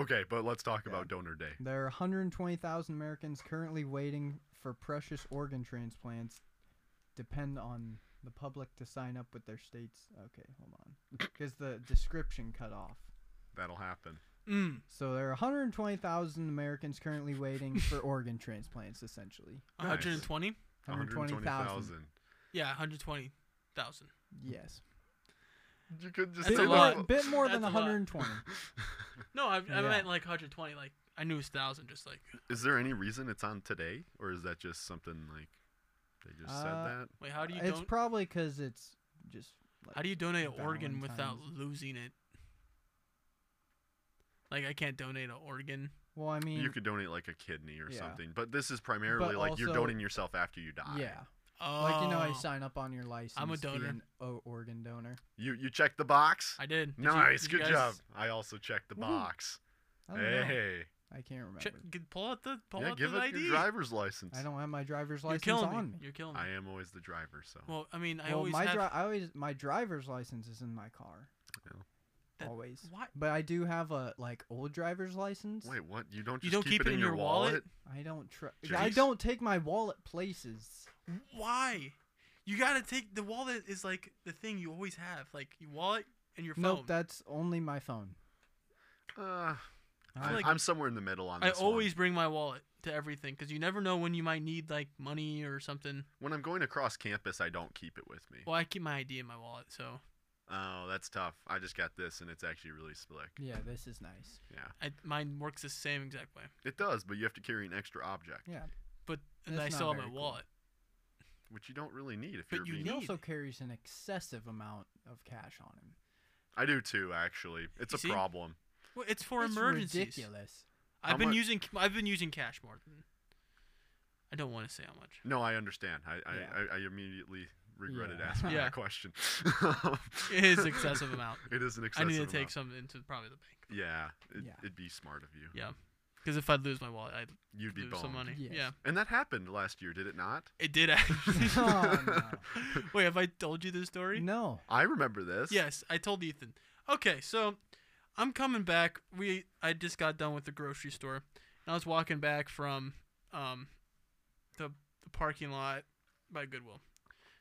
Okay, but let's talk about Donor Day.
There are 120,000 Americans currently waiting for precious organ transplants. Depend on the public to sign up with their states. Okay, hold on. Because the description cut off.
That'll happen.
Mm,
So there are 120,000 Americans currently waiting for organ transplants, essentially.
Nice.
120?
120,000.
120,000.
Yeah, 120,000.
Yes.
You could just
That's
say
a
that.
bit, More,
lot.
bit more than
That's a lot.
120.
No, I, I
Yeah.
meant like 120. Like, I knew it was 1,000, just like,
Is there any reason it's on today, or is that just something like they just
Uh,
said that?
wait, how do you,
it's
don-
probably because it's just. Like,
how do you donate an organ without
Valentine's.
losing it? Like, I can't donate an organ.
Well, I mean,
You could donate like a kidney or
yeah.
something, but this is primarily like you're
also-
donating yourself after you die.
yeah.
Oh.
Like you know, I sign up on your license. to be
donor.
an o- organ donor.
You you check the box.
I did. Did you-
nice,
did you
good
guys-
job. I also checked the box.
I don't know.
Hey,
I can't remember.
Check, g- pull out the pull
yeah,
out
give
the
up
ID.
your driver's license.
I don't have my driver's
You're
license
killing me.
on me.
You're killing me.
I am always the driver, so
well, I mean, I
well,
always
my
have.
dri- I always my driver's license is in my car.
Yeah.
That-
always.
Why-
But I do have a like old driver's license.
Wait, what? You don't
You
just
don't
keep, it in your, wallet?
I don't tr- I
Jeez.
don't take my wallet places.
Why? You gotta take the wallet is like the thing you always have, like your wallet and your phone.
Nope, that's only my phone.
Uh,
feel
I,
like-
I'm somewhere in the middle on
I
this. one.
always bring my wallet to everything because you never know when you might need like money or something.
when I'm going across campus, I don't keep it with me.
Well, I keep my ID in my wallet, so
Oh, that's tough. I just got this, and it's actually really slick.
Yeah, this is nice.
Yeah,
I, mine works the same exact way.
it does, but you have to carry an extra object,
Yeah.
But and
That's
I
not
still have my
very cool.
wallet.
which you don't really need if
But
you're
you
being.
He
need-
also carries an excessive amount of cash on him.
I do too, actually. It's
You
a
see?
problem.
Well, it's for
It's
emergencies.
ridiculous.
I've
How
been
mu-
using I've been using cash more than. I don't want to say how much.
No, I understand. I I,
Yeah.
I, I immediately regretted
Yeah.
asking
Yeah.
that question.
It is excessive amount.
It is an
I
excessive
need to
amount.
take some into probably the bank.
Yeah, it,
Yeah.
it'd be smart of you.
Yeah, because if I lose my wallet, I'd
You'd be
lose
boned.
some money.
Yes.
Yeah,
And that happened last year, did it not?
it did actually.
Oh,
Wait, have I told you this
no.
story?
no.
I remember this.
Yes, I told Ethan. Okay, so I'm coming back. We I just got done with the grocery store, and I was walking back from um the the parking lot by Goodwill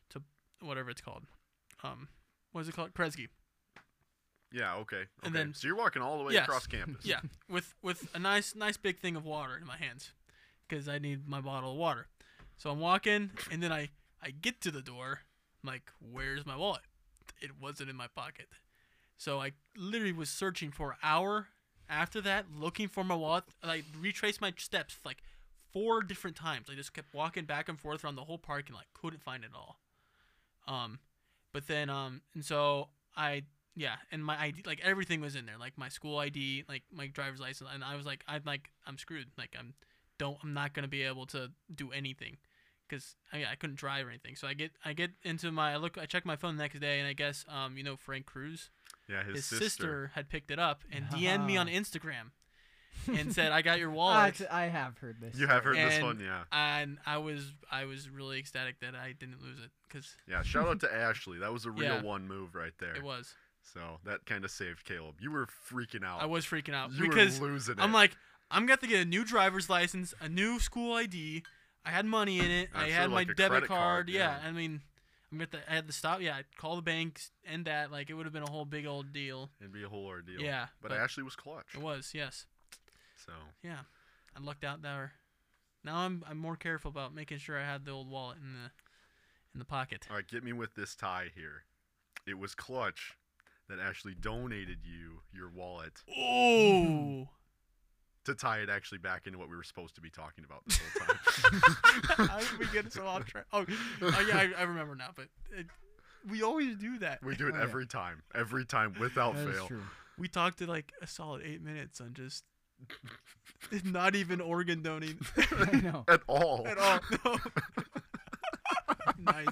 to whatever it's called. Um, what is it called? Kresge.
Yeah. Okay. okay.
And then-
so you're walking all the way
Yes.
across campus.
Yeah, with with a nice nice big thing of water in my hands, because I need my bottle of water. So I'm walking, and then I I get to the door. I'm like, where's my wallet? It wasn't in my pocket. So I literally was searching for an hour after that, looking for my wallet. And I retraced my steps like four different times. I just kept walking back and forth around the whole park and like couldn't find it all. Um, but then um, and so I yeah, and my ID like everything was in there, like my school ID, like my driver's license, and I was like, I'm like I'm screwed. Like I'm don't I'm not gonna be able to do anything because I, I couldn't drive or anything. So I get I get into my I look I check my phone the next day and I guess um you know Frank Cruz
Yeah. His,
his, sister. had picked it up and
Ah.
DM'd me on Instagram and said, "I got your
I,
wallet."
actu- I have heard this.
You have heard this
And-
one, yeah.
And I was I was really ecstatic that I didn't lose it because
Yeah. Shout out to Ashley. That was a real
Yeah.
one move right there.
it was
So that kind of saved Caleb. You were freaking out.
I was freaking out
oh, you
because
were losing it.
I'm like I'm gonna have to get a new driver's license, a new school ID. I had money in it.
I'm
I
sure,
had
like,
my
a
debit
credit
card.
card,
Yeah.
yeah.
I mean, I'm gonna have to, I had to stop. Yeah, I'd call the banks and that. Like it would have been a whole big old deal.
It'd be a whole ordeal.
Yeah,
But,
but-
Ashley was clutch.
It was yes.
So
Yeah, I lucked out there. Now I'm I'm more careful about making sure I had the old wallet in the in the pocket.
all right, get me with this tie here. It was clutch that Ashley donated you your wallet
Oh,
to tie it actually back into what we were supposed to be talking about this whole time.
I, we get so off track. Oh, oh yeah, I, I remember now. But it, we always do that.
we do it
Oh, yeah.
every time. Every time without
That is
fail.
true.
We talked to like a solid eight minutes on just not even organ donating
I know.
At all.
at all. No. nice,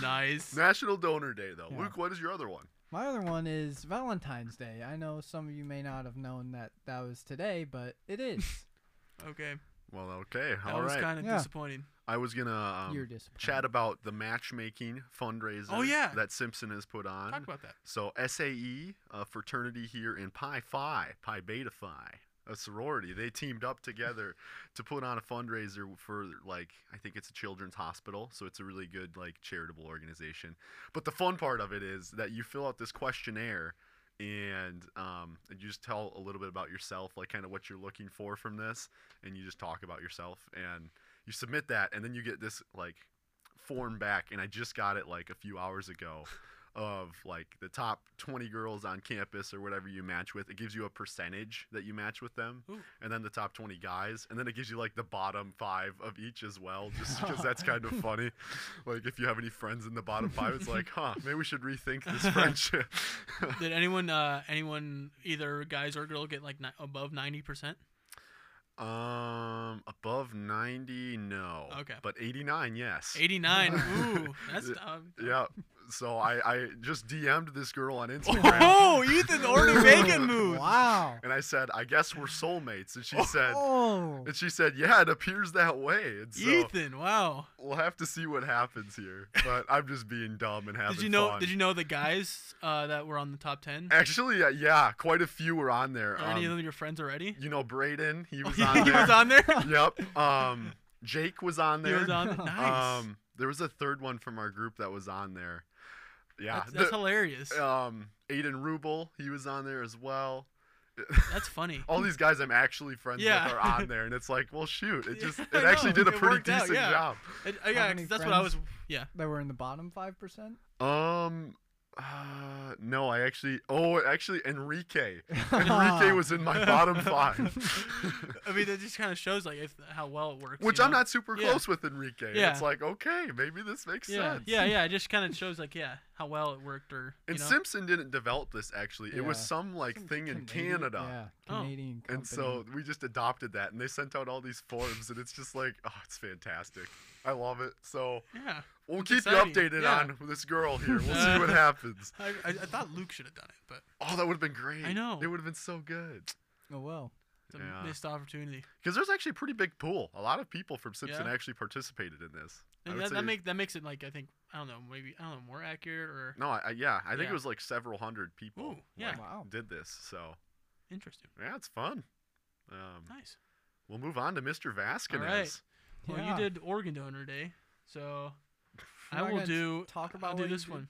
nice.
National Donor Day though.
Yeah.
Luke, what is your other one?
My other one is Valentine's Day. I know some of you may not have known that that was today, but it is.
Okay,
Well, okay.
that
all
was
right.
kind of
Yeah.
disappointing.
I was gonna um,
You're disappointed.
chat about the matchmaking fundraiser
Oh, yeah.
that Simpson has put on.
Talk about that.
So SAE, a E, uh, fraternity here in Pi Phi, Pi Beta Phi, a sorority, they teamed up together to put on a fundraiser for like I think it's a children's hospital, so it's a really good like charitable organization. But the fun part of it is that you fill out this questionnaire and um, and you just tell a little bit about yourself, like kind of what you're looking for from this, and you just talk about yourself and you submit that, and then you get this like form back, and I just got it like a few hours ago of like the top 20 girls on campus or whatever you match with. It gives you a percentage that you match with them,
Ooh.
and then the top 20 guys, and then it gives you like the bottom five of each as well, just because that's kind of funny. Like if you have any friends in the bottom five, it's like, huh, maybe we should rethink this friendship.
Did anyone, uh, anyone, either guys or girl, get like ni- above ninety percent?
um, above 90, no.
Okay.
But 89, yes.
Eighty nine. Ooh, that's um,
Yeah. So I, I just DM'd this girl on Instagram.
Oh, Ethan already making moves.
Wow.
And I said, I guess we're soulmates. And she said,
Oh.
and she said, yeah, it appears that way. And so
Ethan, wow.
we'll have to see what happens here. But I'm just being dumb and having
Did you know?
fun.
Did you know the guys uh, that were on the top ten?
Actually, uh, yeah, quite a few were on there.
Are any of
Um,
them your friends already?
you know, Braden, he was
he
on there.
was on there.
Yep. Um, Jake was on
He
there.
was on. there? Nice.
Um, there was a third one from our group that was on there. Yeah.
that's, that's
the-
hilarious.
um, Aiden Rubel, he was on there as well.
That's funny.
All these guys I'm actually friends
Yeah.
with are on there, and it's like, well, shoot, it just it
I
actually
know,
did a
it
pretty
worked out,
decent
yeah.
job.
I, I, uh, yeah,
many
'cause that's what I was.
friends?
Yeah.
That were in the bottom 5%?
Um, uh, no, I actually, oh, actually, Enrique, Enrique was in my bottom five.
I mean, that just kind of shows like if, how well it works.
Which
you
I'm
know?
not super
Yeah.
close with Enrique.
Yeah.
It's like, okay, maybe this makes
Yeah,
sense.
yeah, yeah. It just kind of shows like yeah how well it worked or you
And
know.
Simpson didn't develop this actually. It was
Yeah.
some like
Some
thing in
Canadian-
Canada.
Yeah,
Oh.
Canadian company.
And so we just adopted that, and they sent out all these forms, and it's just like, oh, it's fantastic. I love it. So
yeah,
we'll
It's
keep
exciting.
you updated
Yeah.
on this girl here. We'll see
Uh,
what happens.
I, I, I thought Luke should have done it, but
Oh, that would have been great.
I know.
It would have been so good.
Oh, well.
it's a
Yeah.
missed opportunity.
Because there's actually a pretty big pool. A lot of people from Simpson
Yeah.
actually participated in this. I
And
would
that, that
say-
make that makes it like I think I don't know maybe I don't know more accurate or
no, I, I- yeah, I think
Yeah.
it was like several hundred people
Ooh, yeah.
like,
Wow.
did this. So
interesting.
yeah, it's fun. Um,
Nice.
We'll move on to Mr. Vasquez.
Well,
Yeah.
you did organ donor day, so
We're
I
not
will
gonna
do.
talk about
I'll do
what you
this
did.
one.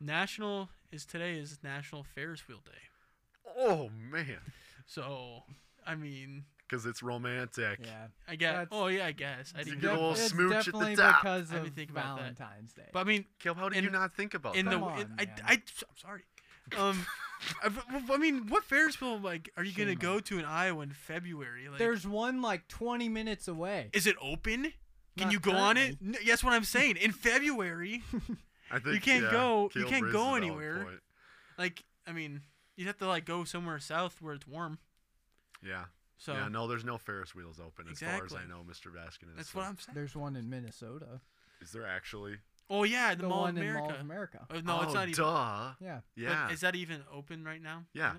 National is today is National Ferris Wheel Day.
Oh man,
So I mean,
because it's romantic.
Yeah.
I guess.
That's-
oh yeah, I guess. I
It's a
didn't
good
know.
old
it's
smooch at the
definitely
top.
because
I
of
didn't think about that.
Valentine's Day.
But I mean,
Gil, how do you
In-
not think about
in
that?
the
Oh, Come
in-
on,
I,
man.
I, am sorry. Um, I, I mean, what Ferris wheel like are you gonna
Shame
go
on.
to in Iowa in February? Like,
There's one like 20 minutes away.
is it open? Can
Not
you go on it? N- yes, what I'm saying. In February,
I think,
can't go- you
Gil
can't
raises
go
a valid
anywhere.
point.
like I mean, you'd have to like go somewhere south where it's warm.
Yeah.
So
yeah. No, there's no Ferris wheels open as far as I
Exactly.
know, Mr. Baskin is.
that's
so-
what I'm saying.
There's one in Minnesota.
Is there actually?
Oh yeah, the,
the
Mall
one in
of America.
Mall of America.
Oh, no,
oh,
it's not even.
Duh.
Yeah.
but
Yeah.
Is that even open right now?
Yeah.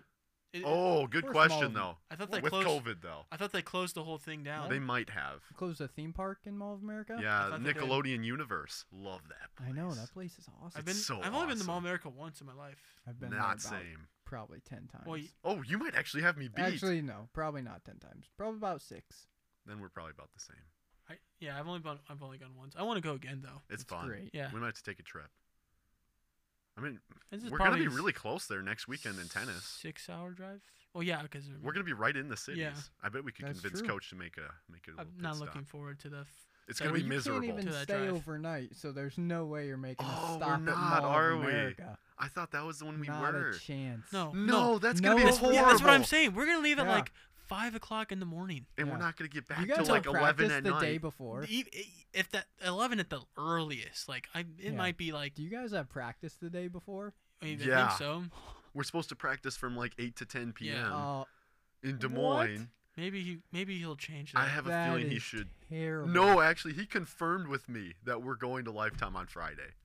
It-
Oh, good
Where's
question
Mullen?
though.
I thought they
With
closed.
COVID though,
I thought they closed the whole thing down.
they might have.
Closed a theme park in Mall of America?
Yeah,
thought they did.
Nickelodeon Universe. Love that. Place.
I know. That place is awesome.
I've been.
so
I've only been to Mall of
awesome.
America once in my life.
I've been there
Not
about
same.
probably 10 times.
Well, y-
Oh, you might actually have me beat.
Actually, no. Probably not 10 times. Probably about six.
then we're probably about the same.
I, yeah, I've only been. I've only gone once. I want to go again though.
It's,
It's
fun.
great.
Yeah.
We might have to take a trip. I mean,
This is
we're gonna be
probably
really close there next weekend in tennis.
Six hour drive. Oh yeah, because
We're gonna be right in the cities.
Yeah.
I bet we could
That's
convince
true.
Coach to make a make a little
I'm
pit
not
stop.
looking forward to the. F-
It's
Yeah,
gonna
well,
be
you
miserable.
can't even
To that
stay
drive.
overnight, so there's no way you're making
Oh,
a
we're
stop at
not,
Mall
are
of
we?
America.
I thought that was the one we
not
were.
a chance.
no,
no, that's gonna
No,
be
that's-
horrible.
Yeah, that's what I'm saying. We're gonna leave at
Yeah.
like five o'clock in the morning.
And
Yeah.
we're not gonna get back
you guys
till like
don't
eleven
practice
at
the
night.
day before.
E- e- If that eleven at the earliest, like I, it
Yeah.
might be like.
Do you guys have practice the day before?
I mean, I
Yeah.
think so.
we're supposed to practice from like eight to ten p.m.
Yeah.
Oh,
in Des
What?
Moines.
Maybe he. Maybe he'll change that.
I have a
that
feeling he
is
should.
Terrible.
No, actually, he confirmed with me that we're going to Lifetime on Friday.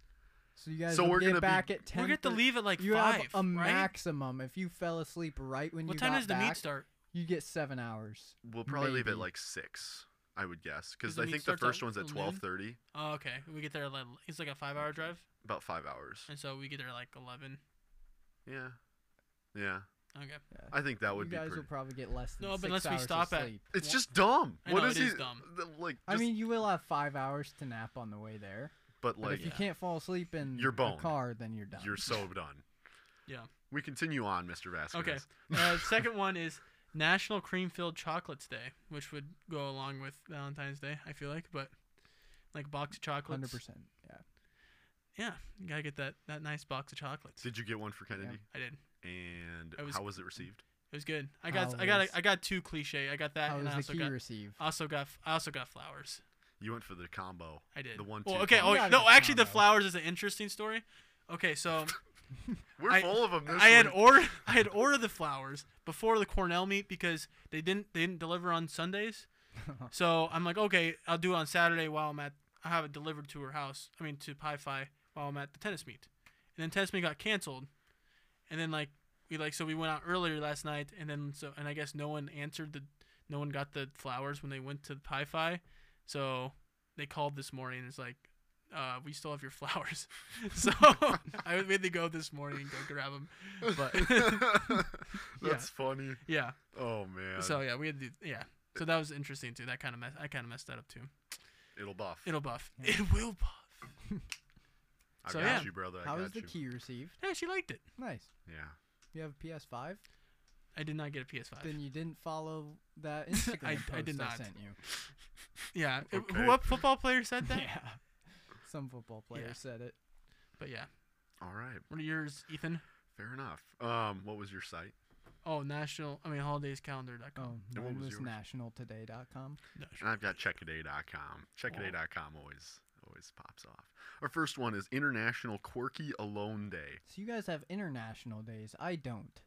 So you guys
So
will
we're
get
gonna be-
back at ten.
We're gonna have to leave at like
you
five.
have a
right?
maximum. If you fell asleep right when
What
you
time
got
does the
back,
meet start?
You get seven hours.
We'll probably leave at
Maybe.
like six, I would guess,
Does
because
the
I
meet
think the
start at
first one's at
Mm-hmm.
11?
twelve thirty,
Oh, okay. We get there at like it's like a five-hour drive,
about five hours.
and so we get there like eleven.
Yeah, yeah.
Okay.
I think that would
you
be
guys
pretty.
will probably get less than
No, but
six
unless we
hours
stop
of
at-
sleep.
It's
Wha-
just dumb.
I
What
know,
is
it is
he-
dumb.
th- Like,
I
just-
mean, you will have five hours to nap on the way there.
but
But
like,
if you can't fall asleep in
You're
the
boned.
car, then you're done.
you're so done.
Yeah.
We continue on, Mr. Vasquez.
Okay. Uh, second one is National Cream Filled Chocolates Day, which would go along with Valentine's Day, I feel like, but like box of chocolates.
hundred percent. Yeah.
Yeah, you gotta get that that nice box of chocolates.
Did you get one for Kennedy?
I did.
And
I was-
how was it received?
It was good. I got
How
I got
was-
a, I got two cliche. I got that, Uh,
How
and I
was the
also
key
got
receive?
also got f- I also got flowers.
You went for the combo.
I did.
The one.
Well,
two
okay.
combo.
Oh
You gotta
no,
get
actually, the
combo.
flowers is an interesting story. Okay, so.
We're
I-
full of them. This
I had
week.
ordered I had ordered the flowers before the Cornell meet because they didn't they didn't deliver on Sundays. so I'm like, okay, I'll do it on Saturday while I'm at I have it delivered to her house. I mean to Pi Fi while I'm at the tennis meet. And then Testman got canceled, and then like we like so we went out earlier last night, and then so and I guess no one answered the, no one got the flowers when they went to the Pi Fi, so they called this morning and it's like, uh, we still have your flowers, so I had to go this morning and go grab them, but
That's funny.
yeah,
Oh man.
so yeah we had to do, yeah. So that was interesting too. That kind of mess. I kind of messed that up too.
It'll buff.
It'll buff. It will buff.
I
so,
got
yeah.
you, brother. I
How
got
was the
you.
key received?
Yeah, she liked it.
Nice.
Yeah.
You have a PS5?
I did not get a PS5.
Then you didn't follow that Instagram
I
post
did not.
sent you.
Yeah. it-
Okay.
What football player said that?
Yeah. Some football player
Yeah.
said it.
But yeah.
All right.
What are yours, Ethan?
Fair enough. Um, what was your site?
Oh, national. I mean, holidayscalendar.com.
Oh,
And what
mine
was
was,
yours?
nationaltoday.com.
And I've got checkaday.com. Checkaday.com always always pops off. Our first one is International Quirky Alone Day.
So you guys have international days. I don't.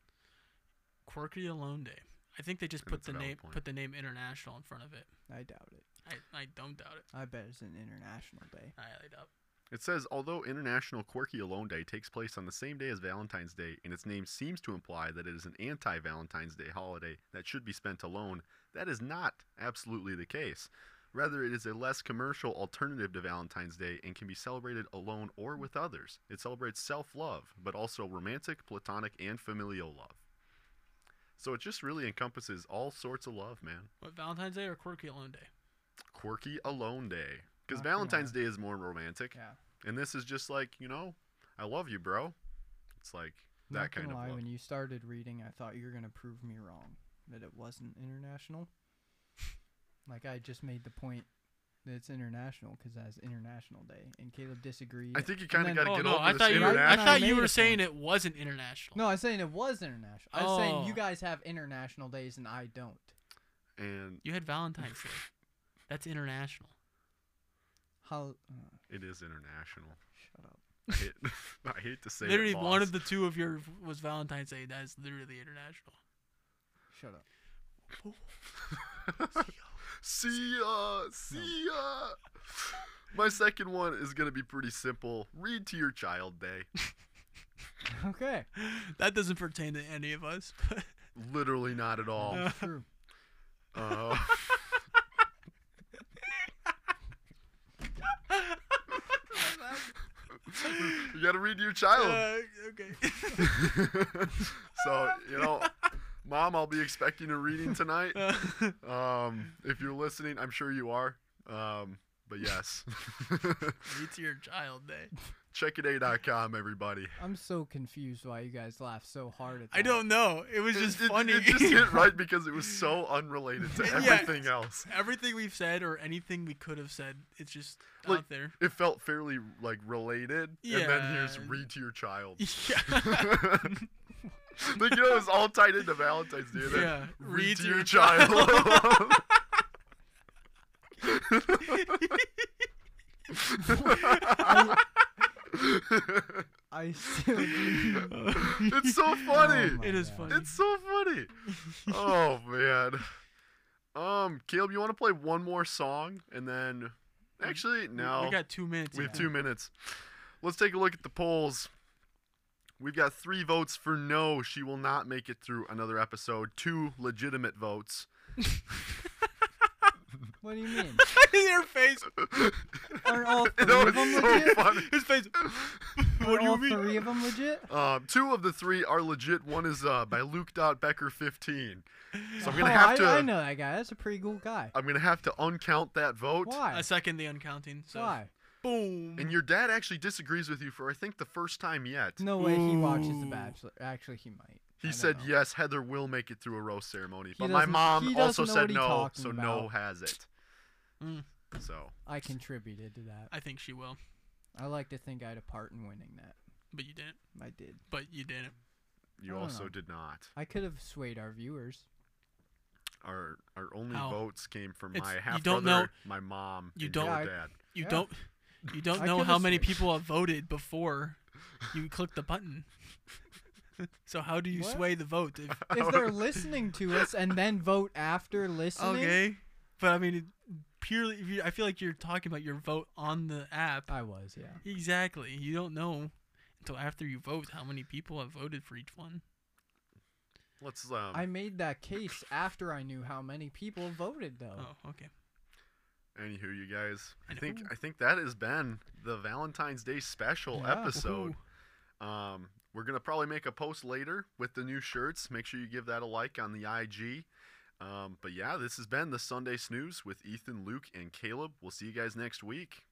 Quirky Alone Day. I think they just
And
put
that's a
the
valid
name
point.
put the name international in front of it.
I doubt it.
I, I don't doubt it.
I bet it's an international day.
I highly doubt.
It says, although International Quirky Alone Day takes place on the same day as Valentine's Day, and its name seems to imply that it is an anti Valentine's Day holiday that should be spent alone, that is not absolutely the case. Rather, it is a less commercial alternative to Valentine's Day and can be celebrated alone or with others. It celebrates self love, but also romantic, platonic, and familial love. So it just really encompasses all sorts of love, man.
What Valentine's Day or Quirky Alone Day?
Quirky Alone Day. Because
Fucking
Valentine's
hell.
Day is more romantic.
Yeah.
And this is just like, you know, I love you, bro. It's like
I'm not
that kind
gonna
of
lie,
love.
when you started reading, I thought you were gonna prove me wrong that it wasn't international. like I just made the point that it's international because that's International Day, and Caleb disagreed.
I think you
and
kind of got to
then-
Oh
get
no,
over
I
this
thought you were, I
international.
thought
Made
you were
it one.
saying it wasn't international.
No, I was saying it was international. I was saying you
Oh.
guys have international days and I don't.
And
You had Valentine's Day. That's international.
How? Uh,
it is international.
shut up.
I hate, I hate to say
literally
it, boss.
one of the two of your was Valentine's Day. That is literally international.
Shut up.
See ya, see ya. My second one is gonna be pretty simple. Read to your child day.
Okay.
That doesn't pertain to any of us. But
Literally not at all.
That's true.
Uh, you gotta read to your child.
Uh, okay.
so you know, mom, I'll be expecting a reading tonight.
Uh,
Um, if you're listening, I'm sure you are. Um, but yes,
Read to your child day.
checkaday.com, everybody.
I'm so confused why you guys laugh so hard at that.
I don't know. It was
It-
just
it,
funny.
It, just hit right because it was so unrelated to
Yeah.
everything else.
Everything we've said or anything we could have said, it's just
Like-
out there.
It felt fairly like related, and then here's
Yeah.
read to your child.
Yeah.
like you know, it's all tied into Valentine's Day. Then
Yeah.
Read, to your, child.
I still. do.
it's so funny.
Oh my
It is
God.
funny.
it's so funny. Oh man. Um, Caleb, you want to play one more song and then actually no.
We got two minutes.
We have
Ethan.
two minutes. Let's take a look at the polls. We've got three votes for no, she will not make it through another episode. Two legitimate votes.
What do you mean?
Your face.
Are all three
No, it's
of them
so
legit?
funny.
His face.
Are
what do
all
you mean?
three of them legit?
Um, two of the three are legit. One is uh, by Luke.Becker15. So I'm
oh,
gonna have to.
I, I
I
know that guy. That's a pretty cool guy.
am gonna have to uncount that vote.
Why?
I second the uncounting. So.
Why?
Boom.
And your dad actually disagrees with you for I think the first time yet.
No way he watches The
Ooh.
Bachelor. Actually, he might. I
He
don't
said
know.
yes, Heather will make it through a roast ceremony, but my
doesn't- he
mom also
doesn't know what
said
he's
no,
talking
so no
about.
has it.
Mm.
So
I contributed to that.
I think she will,
I like to think I had a part in winning that.
but you didn't.
I did.
But you didn't.
you
I don't
also
know.
did not.
I could have swayed our viewers.
Our our only
Oh.
How?
votes came from
It's-
my
you
half
don't
brother,
know-
my mom,
you
and
don't-
your
Yeah, I-
dad.
You
Yeah.
don't. You don't
I
know
could've
how many
switched.
people have voted before you click the button. so how do you
What?
sway the vote? If,
If they're listening to us and then vote after listening,
okay, but I mean, it purely. If you, I feel like you're talking about your vote on the app.
I was, yeah.
Exactly. You don't know until after you vote how many people have voted for each one.
Let's um,
I made that case after I knew how many people voted, though.
Oh, okay.
Anywho, you guys, I
I
think
know.
I think that has been the Valentine's Day special
Yeah.
episode. Um, we're gonna probably make a post later with the new shirts. Make sure you give that a like on the IG. Um, but yeah, this has been the Sunday Snooze with Ethan, Luke, and Caleb. We'll see you guys next week.